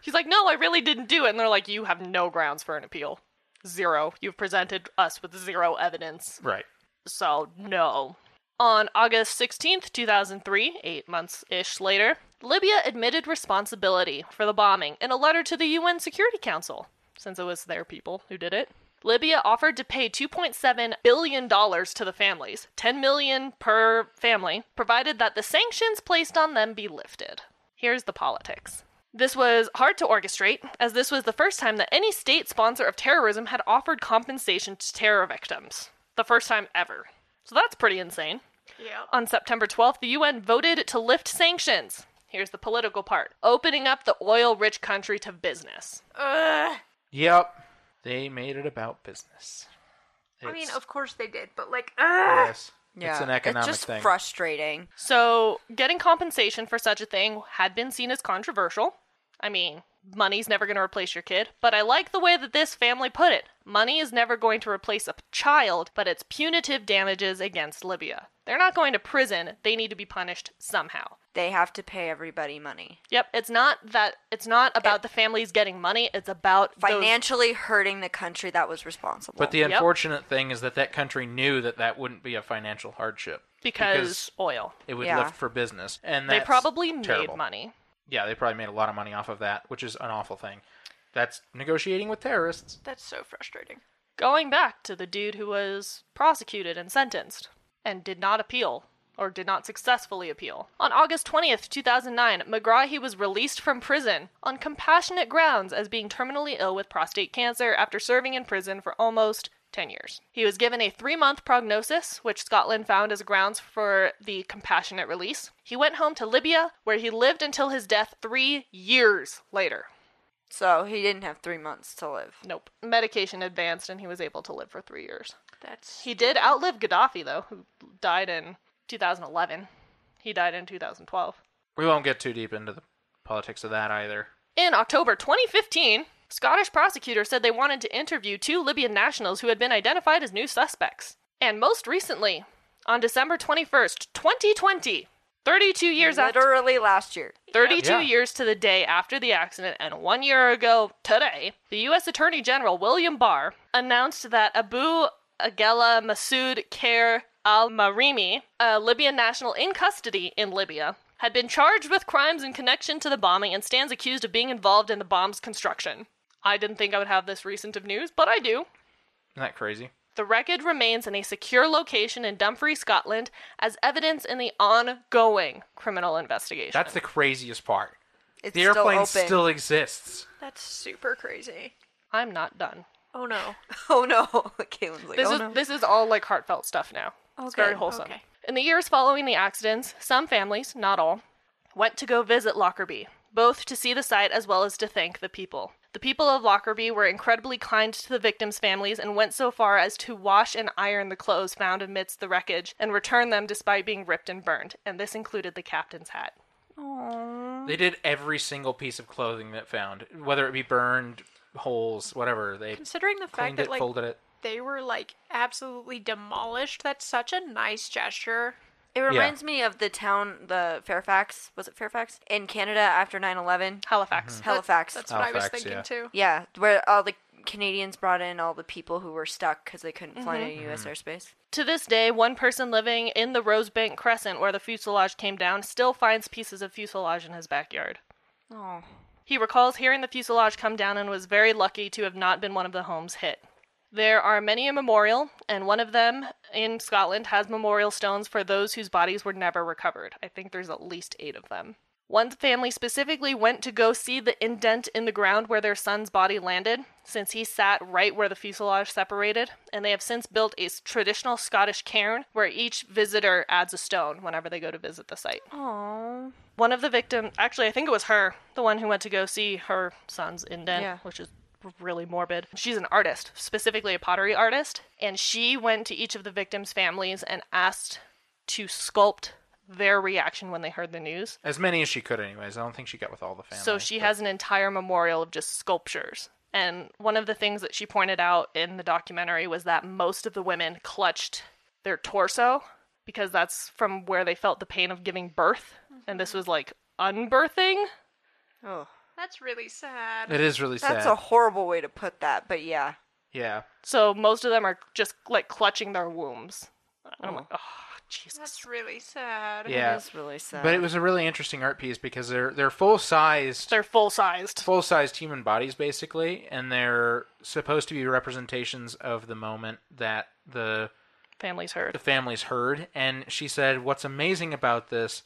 Speaker 3: he's like no I really didn't do it and they're like you have no grounds for an appeal zero you've presented us with zero evidence
Speaker 2: Right.
Speaker 3: so no on August 16th 2003 8 months ish later Libya admitted responsibility for the bombing in a letter to the UN Security Council since it was their people who did it. Libya offered to pay 2.7 billion dollars to the families, 10 million per family, provided that the sanctions placed on them be lifted. Here's the politics. This was hard to orchestrate, as this was the first time that any state sponsor of terrorism had offered compensation to terror victims. The first time ever. So that's pretty insane.
Speaker 4: Yeah.
Speaker 3: On September 12th, the UN voted to lift sanctions. Here's the political part opening up the oil rich country to business.
Speaker 4: Ugh.
Speaker 2: Yep. They made it about business.
Speaker 4: I mean,
Speaker 2: It's-
Speaker 4: of course they did, but like, ugh.
Speaker 2: yes.
Speaker 1: Yeah.
Speaker 2: It's an economic
Speaker 1: just
Speaker 2: thing.
Speaker 1: frustrating.
Speaker 3: So, getting compensation for such a thing had been seen as controversial. I mean, money's never going to replace your kid, but I like the way that this family put it. Money is never going to replace a child, but it's punitive damages against Libya. They're not going to prison, they need to be punished somehow.
Speaker 1: They have to pay everybody money.
Speaker 3: Yep, it's not that it's not about the families getting money, it's about those-
Speaker 1: Financially hurting the country that was responsible.
Speaker 2: But the
Speaker 3: Yep.
Speaker 2: unfortunate thing is that that country knew that that wouldn't be a financial hardship
Speaker 3: because, oil.
Speaker 2: it would
Speaker 1: Yeah.
Speaker 2: lift for business, and
Speaker 3: They
Speaker 2: that's
Speaker 3: probably
Speaker 2: terrible.
Speaker 3: made money.
Speaker 2: Yeah, they probably made a lot of money off of that, which is an awful thing. That's negotiating with terrorists.
Speaker 4: that's so frustrating.
Speaker 3: going back to the dude who was prosecuted and sentenced and did not appeal or did not successfully appeal. On August 20th, 2009, McGrahy was released from prison on compassionate grounds as being terminally ill with prostate cancer after serving in prison for almost 10 years. He was given a 3-month prognosis, which Scotland found as grounds for the compassionate release. He went home to Libya where he lived until his death 3 years later.
Speaker 1: So he didn't have three months to live.
Speaker 3: Nope. Medication advanced and he was able to live for three years.
Speaker 4: That's
Speaker 3: He did outlive Gaddafi, though, who died in 2011. He died in 2012.
Speaker 2: We won't get too deep into the politics of that either.
Speaker 3: In October 2015, Scottish prosecutors said they wanted to interview two Libyan nationals who had been identified as new suspects. And most recently, on December 21st, 2020, 32 years after
Speaker 1: Literally last year.
Speaker 3: 32
Speaker 2: Yeah.
Speaker 3: years to the day after the accident and one year ago today, the U.S. Attorney General William Barr announced that Abu Agela Masood Kair al Marimi, a Libyan national in custody in Libya, had been charged with crimes in connection to the bombing and stands accused of being involved in the bomb's construction. I didn't think I would have this recent of news, but I do.
Speaker 2: Isn't that crazy?
Speaker 3: The wreckage remains in a secure location in Dumfries, Scotland, as evidence in the ongoing criminal investigation.
Speaker 2: That's the craziest part.
Speaker 1: It's
Speaker 2: The
Speaker 1: still
Speaker 2: airplane
Speaker 1: open.
Speaker 2: still, exists.
Speaker 4: that's super crazy.
Speaker 3: I'm not done.
Speaker 4: Oh no.
Speaker 1: oh no. Caitlin's like,
Speaker 3: This
Speaker 1: oh
Speaker 3: is
Speaker 1: no.
Speaker 3: this is all like heartfelt stuff now. it's
Speaker 1: Okay,
Speaker 3: very wholesome.
Speaker 4: okay.
Speaker 3: In the years following the accidents, some families, not all, went to go visit Lockerbie, both to see the site as well as to thank the people. The people of Lockerbie were incredibly kind to the victims' families and went so far as to wash and iron the clothes found amidst the wreckage and return them despite being ripped and burned, and this included the captain's hat.
Speaker 2: They did every single piece of clothing that found, whether it be burned, holes, whatever. They
Speaker 4: Considering the fact
Speaker 2: cleaned
Speaker 4: that
Speaker 2: it,
Speaker 4: like
Speaker 2: folded it.
Speaker 4: they were like absolutely demolished, that's such a nice gesture.
Speaker 1: It reminds me of the town, the Fairfax, was it Fairfax? In Canada after 9 11.
Speaker 3: Halifax.
Speaker 1: Mm-hmm. Halifax.
Speaker 4: That's what I was
Speaker 2: Halifax,
Speaker 4: thinking
Speaker 2: yeah.
Speaker 4: too.
Speaker 1: yeah, where all the Canadians brought in all the people who were stuck because they couldn't fly
Speaker 3: Mm-hmm.
Speaker 1: to
Speaker 2: Mm-hmm.
Speaker 1: U.S. airspace.
Speaker 3: To this day, one person living in the Rosebank Crescent where the fuselage came down still finds pieces of fuselage in his backyard.
Speaker 1: Oh.
Speaker 3: He recalls hearing the fuselage come down and was very lucky to have not been one of the homes hit. There are many a memorial, and one of them in Scotland has memorial stones for those whose bodies were never recovered. I think there's at least eight of them. One family specifically went to go see the indent in the ground where their son's body landed, since he sat right where the fuselage separated, and they have since built a s- traditional Scottish cairn where each visitor adds a stone whenever they go to visit the site
Speaker 1: Aww.
Speaker 3: one of the victims actually i think it was her the one who went to go see her son's indent
Speaker 1: Yeah.
Speaker 3: which is really morbid she's an artist specifically a pottery artist and she went to each of the victims families and asked to sculpt their reaction when they heard the news
Speaker 2: As many as she could, anyways. I don't think she got with all the family.
Speaker 3: so she has an entire memorial of just sculptures and one of the things that she pointed out in the documentary was that most of the women clutched their torso because that's from where they felt the pain of giving birth and this was like unbirthing
Speaker 1: Oh.
Speaker 4: That's really sad.
Speaker 2: It is really
Speaker 1: That's
Speaker 2: sad.
Speaker 1: a horrible way to put that, but yeah.
Speaker 2: Yeah.
Speaker 3: So most of them are just like clutching their wombs. And I'm like, oh, Jesus.
Speaker 4: That's really sad.
Speaker 2: Yeah.
Speaker 1: That's really sad.
Speaker 2: But it was a really interesting art piece because they're they're full sized
Speaker 3: They're full sized.
Speaker 2: full sized human bodies basically, and they're supposed to be representations of the moment that the
Speaker 3: Families
Speaker 2: the
Speaker 3: heard.
Speaker 2: families heard. And she said, What's amazing about this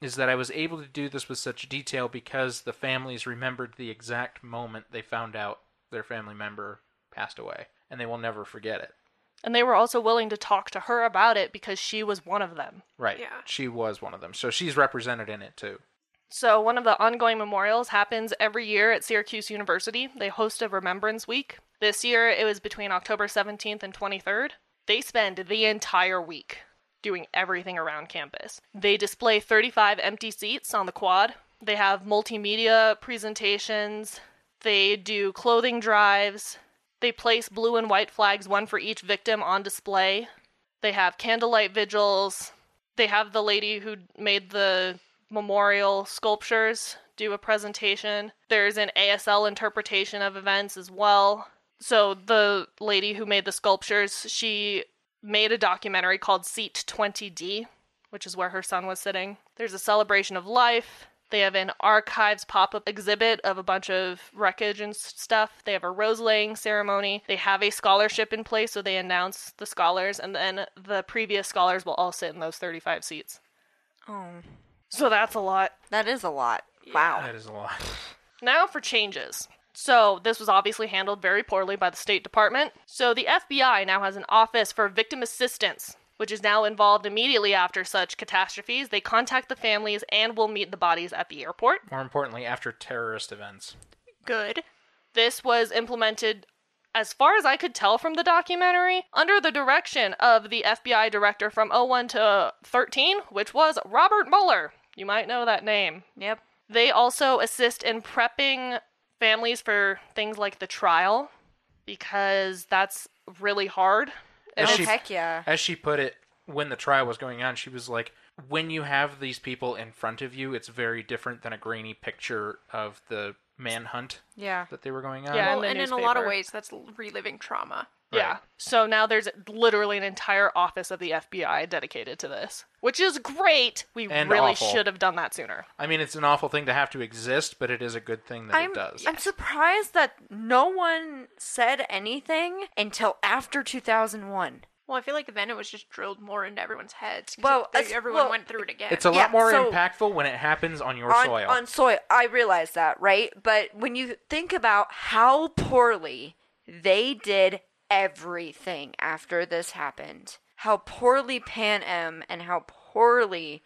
Speaker 2: is that I was able to do this with such detail because the families remembered the exact moment they found out their family member passed away, and they will never forget it.
Speaker 3: And they were also willing to talk to her about it because she was one of them.
Speaker 2: Right.
Speaker 4: Yeah.
Speaker 2: She was one of them. So she's represented in it too.
Speaker 3: So one of the ongoing memorials happens every year at Syracuse University. They host a Remembrance Week. This year it was between October 17th and 23rd. They spend the entire week doing everything around campus. They display 35 empty seats on the quad. They have multimedia presentations. They do clothing drives. They place blue and white flags, one for each victim, on display. They have candlelight vigils. They have the lady who made the memorial sculptures do a presentation. There's an ASL interpretation of events as well. So the lady who made the sculptures, she made a documentary called Seat 20D, which is where her son was sitting. There's a celebration of life. They have an archives pop up exhibit of a bunch of wreckage and s- stuff. They have a rose laying ceremony. They have a scholarship in place, so they announce the scholars, and then the previous scholars will all sit in those 35 seats.
Speaker 1: oh.
Speaker 3: So that's a lot.
Speaker 1: That is a lot. Wow.
Speaker 2: That is a lot.
Speaker 3: Now for changes. So, this was obviously handled very poorly by the State Department. So, the FBI now has an office for victim assistance, which is now involved immediately after such catastrophes. They contact the families and will meet the bodies at the airport.
Speaker 2: More importantly, after terrorist events.
Speaker 4: Good.
Speaker 3: This was implemented, as far as I could tell from the documentary, under the direction of the FBI director from 01 to 13, which was Robert Mueller. You might know that name.
Speaker 1: Yep.
Speaker 3: They also assist in prepping families for things like the trial because that's really hard.
Speaker 1: Oh,
Speaker 2: As she,
Speaker 1: heck yeah.
Speaker 2: as she put it, when the trial was going on, she was like, when you have these people in front of you, it's very different than a grainy picture of the manhunt
Speaker 1: Yeah.
Speaker 2: that they were going on.
Speaker 3: Yeah.
Speaker 4: Well,
Speaker 3: the
Speaker 4: and in a lot of
Speaker 3: newspaper.
Speaker 4: ways, that's l- reliving trauma.
Speaker 3: Yeah. So now there's literally an entire office of the FBI dedicated to this, which is great. We
Speaker 2: And
Speaker 3: really
Speaker 2: awful.
Speaker 3: should have done that sooner.
Speaker 2: I mean, it's an awful thing to have to exist, but it is a good thing that
Speaker 1: I'm,
Speaker 2: it does.
Speaker 1: I'm surprised that no one said anything until after 2001.
Speaker 4: Well, I feel like then it was just drilled more into everyone's heads. 'cause
Speaker 1: Well,
Speaker 4: they-
Speaker 1: it's-
Speaker 4: everyone
Speaker 1: well,
Speaker 4: went through it again.
Speaker 2: it's a
Speaker 1: yeah,
Speaker 2: lot more
Speaker 1: so-
Speaker 2: impactful when it happens on your
Speaker 1: on
Speaker 2: soil.
Speaker 1: on soil. I realize that, right? But when you think about how poorly they did everything after this happened, how poorly Pan Am and how poorly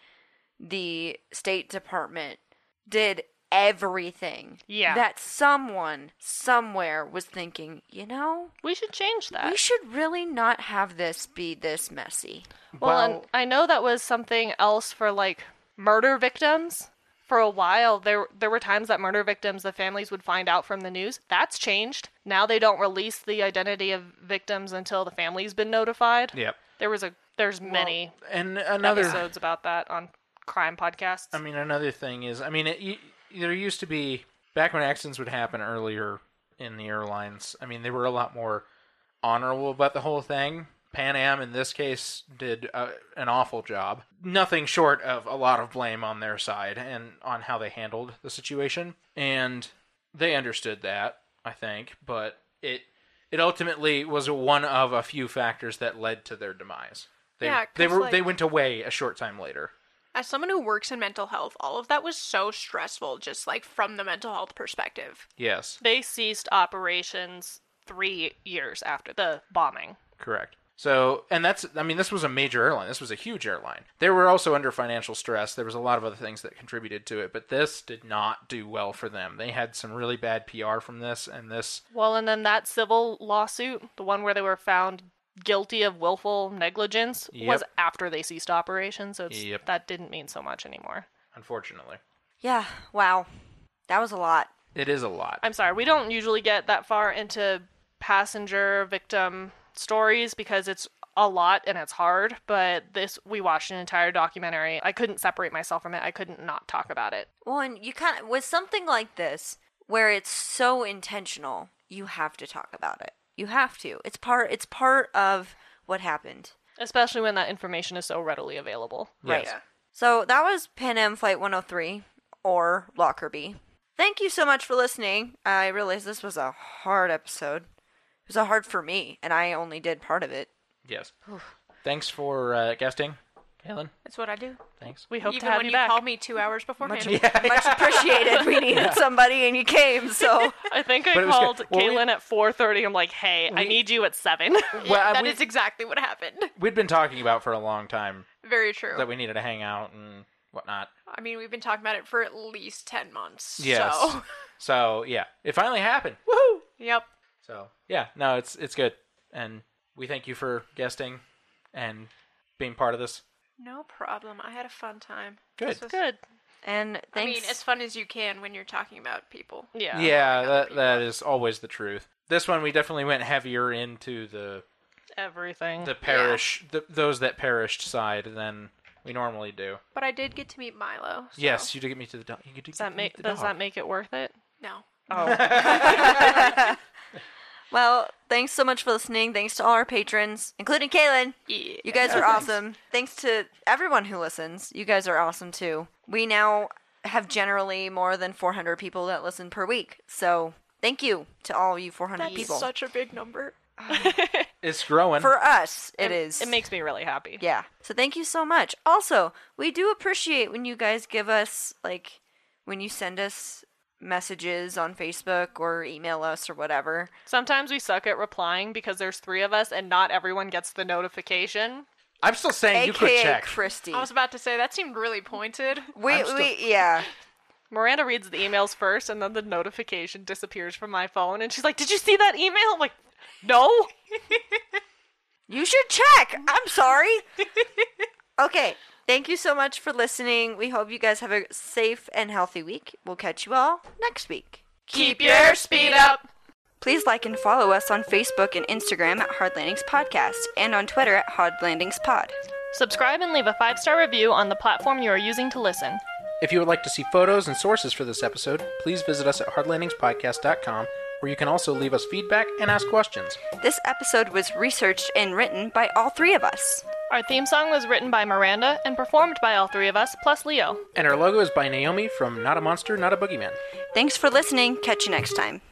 Speaker 1: the State Department did everything.
Speaker 3: Yeah.
Speaker 1: That someone somewhere was thinking, you know,
Speaker 3: We should change that.
Speaker 1: we should really not have this be this messy.
Speaker 3: Well, and
Speaker 2: Well-
Speaker 3: I know that was something else for like murder victims. For a while, there there were times that murder victims, the families would find out from the news. That's changed. Now they don't release the identity of victims until the family's been notified.
Speaker 2: Yep.
Speaker 3: There was a there's many
Speaker 2: And another
Speaker 3: episodes about that on crime podcasts.
Speaker 2: I mean, another thing is, I mean, it, y there used to be back when accidents would happen earlier in the airlines. I mean, they were a lot more honorable about the whole thing. Pan Am, in this case, did uh, an awful job. Nothing short of a lot of blame on their side and on how they handled the situation. And they understood that, I think, but it it ultimately was one of a few factors that led to their demise. They,
Speaker 4: Yeah,
Speaker 2: they
Speaker 4: 'cause,
Speaker 2: were
Speaker 4: like-
Speaker 2: they went away a short time later.
Speaker 4: As someone who works in mental health, all of that was so stressful, just like from the mental health perspective.
Speaker 2: Yes.
Speaker 3: they ceased operations three years after the bombing.
Speaker 2: Correct. So, and that's, I mean, this was a major airline. This was a huge airline. They were also under financial stress. There was a lot of other things that contributed to it, but this did not do well for them. They had some really bad PR from this, and this,
Speaker 3: Well, and then that civil lawsuit, the one where they were found guilty of willful negligence, was
Speaker 2: Yep.
Speaker 3: after they ceased operations, so it's,
Speaker 2: Yep.
Speaker 3: that didn't mean so much anymore.
Speaker 2: unfortunately,
Speaker 1: Yeah, wow. That was a lot.
Speaker 2: it is a lot.
Speaker 3: I'm sorry, we don't usually get that far into passenger victim stories because it's a lot and it's hard, but this we watched an entire documentary. I couldn't separate myself from it. I couldn't not talk about it.
Speaker 1: Well, and you kind of with something like this where it's so intentional, you have to talk about it. You have to. It's part. It's part of what happened.
Speaker 3: Especially when that information is so readily available.
Speaker 2: Yes.
Speaker 4: Yeah.
Speaker 1: So that was Pan Am Flight 103 or Lockerbie. Thank you so much for listening. I realize this was a hard episode. It was a hard for me, and I only did part of it.
Speaker 2: Yes. Thanks for uh, guesting, Kaylin.
Speaker 4: That's what I do.
Speaker 2: Thanks.
Speaker 3: We hope
Speaker 4: Even
Speaker 3: to have
Speaker 4: when
Speaker 3: you
Speaker 4: you,
Speaker 3: back.
Speaker 4: called me two hours beforehand.
Speaker 1: Much appreciated. We needed somebody, and you came. So
Speaker 3: I think I
Speaker 2: But it was
Speaker 3: called
Speaker 2: good. Well, we-
Speaker 3: Kaylin at 4:30. I'm like, "Hey, I need you at 7."
Speaker 4: Yeah,
Speaker 2: Well, I-
Speaker 4: that
Speaker 2: we-
Speaker 4: is exactly what happened.
Speaker 2: We'd been talking about for a long time
Speaker 4: Very true.
Speaker 2: that we needed to hang out and whatnot.
Speaker 4: I mean, we've been talking about it for at least 10 months.
Speaker 2: Yes.
Speaker 4: So,
Speaker 2: So, yeah, it finally happened.
Speaker 4: yep.
Speaker 2: So yeah, no, it's it's good, and we thank you for guesting and being part of this.
Speaker 4: No problem. I had a fun time.
Speaker 2: Good.
Speaker 4: This was-
Speaker 3: Good.
Speaker 1: and
Speaker 4: I
Speaker 1: thanks.
Speaker 4: mean, as fun as you can when you're talking about people.
Speaker 3: Yeah.
Speaker 2: yeah, that that is always the truth. This one we definitely went heavier into the
Speaker 3: Everything.
Speaker 2: the perish the, those that perished side than we normally do.
Speaker 4: But I did get to meet Milo. so-
Speaker 2: Yes, you did get me to the dog. You did
Speaker 3: does that
Speaker 2: get
Speaker 3: make
Speaker 2: me to the
Speaker 3: does
Speaker 2: dog.
Speaker 3: that make it worth it?
Speaker 4: No.
Speaker 3: Oh.
Speaker 1: Well, thanks so much for listening. Thanks to all our patrons, including Kaylin.
Speaker 4: Yeah.
Speaker 1: You guys are awesome. Thanks to everyone who listens. You guys are awesome too. We now have generally more than 400 people that listen per week. So thank you to all you 400
Speaker 4: That's
Speaker 1: people.
Speaker 4: such a big number.
Speaker 2: It's growing.
Speaker 1: For us, it is.
Speaker 3: it makes me really happy.
Speaker 1: Yeah. So thank you so much. Also, we do appreciate when you guys give us like when you send us messages on Facebook or email us or whatever.
Speaker 3: Sometimes we suck at replying because there's 3 of us and not everyone gets the notification.
Speaker 2: I'm still saying you could
Speaker 1: AKA
Speaker 2: check.
Speaker 1: Christy.
Speaker 4: I was about to say, that seemed really pointed.
Speaker 1: We,
Speaker 2: I'm still-
Speaker 1: we yeah.
Speaker 3: Miranda reads the emails first, and then the notification disappears from my phone, and she's like, "Did you see that email?" I'm like, "No."
Speaker 1: You should check. I'm sorry. okay. Thank you so much for listening. We hope you guys have a safe and healthy week. We'll catch you all next week.
Speaker 3: Keep your speed up.
Speaker 1: Please like and follow us on Facebook and Instagram at Hard Landings Podcast and on Twitter at Hard Landings Pod.
Speaker 3: Subscribe and leave a five star review on the platform you are using to listen.
Speaker 2: If you would like to see photos and sources for this episode, please visit us at hardlandingspodcast.com, where you can also leave us feedback and ask questions.
Speaker 1: This episode was researched and written by all three of us.
Speaker 3: Our theme song was written by Miranda and performed by all three of us, plus Leo.
Speaker 2: And our logo is by Naomi from Not a Monster, Not a Boogeyman.
Speaker 1: Thanks for listening. Catch you next time.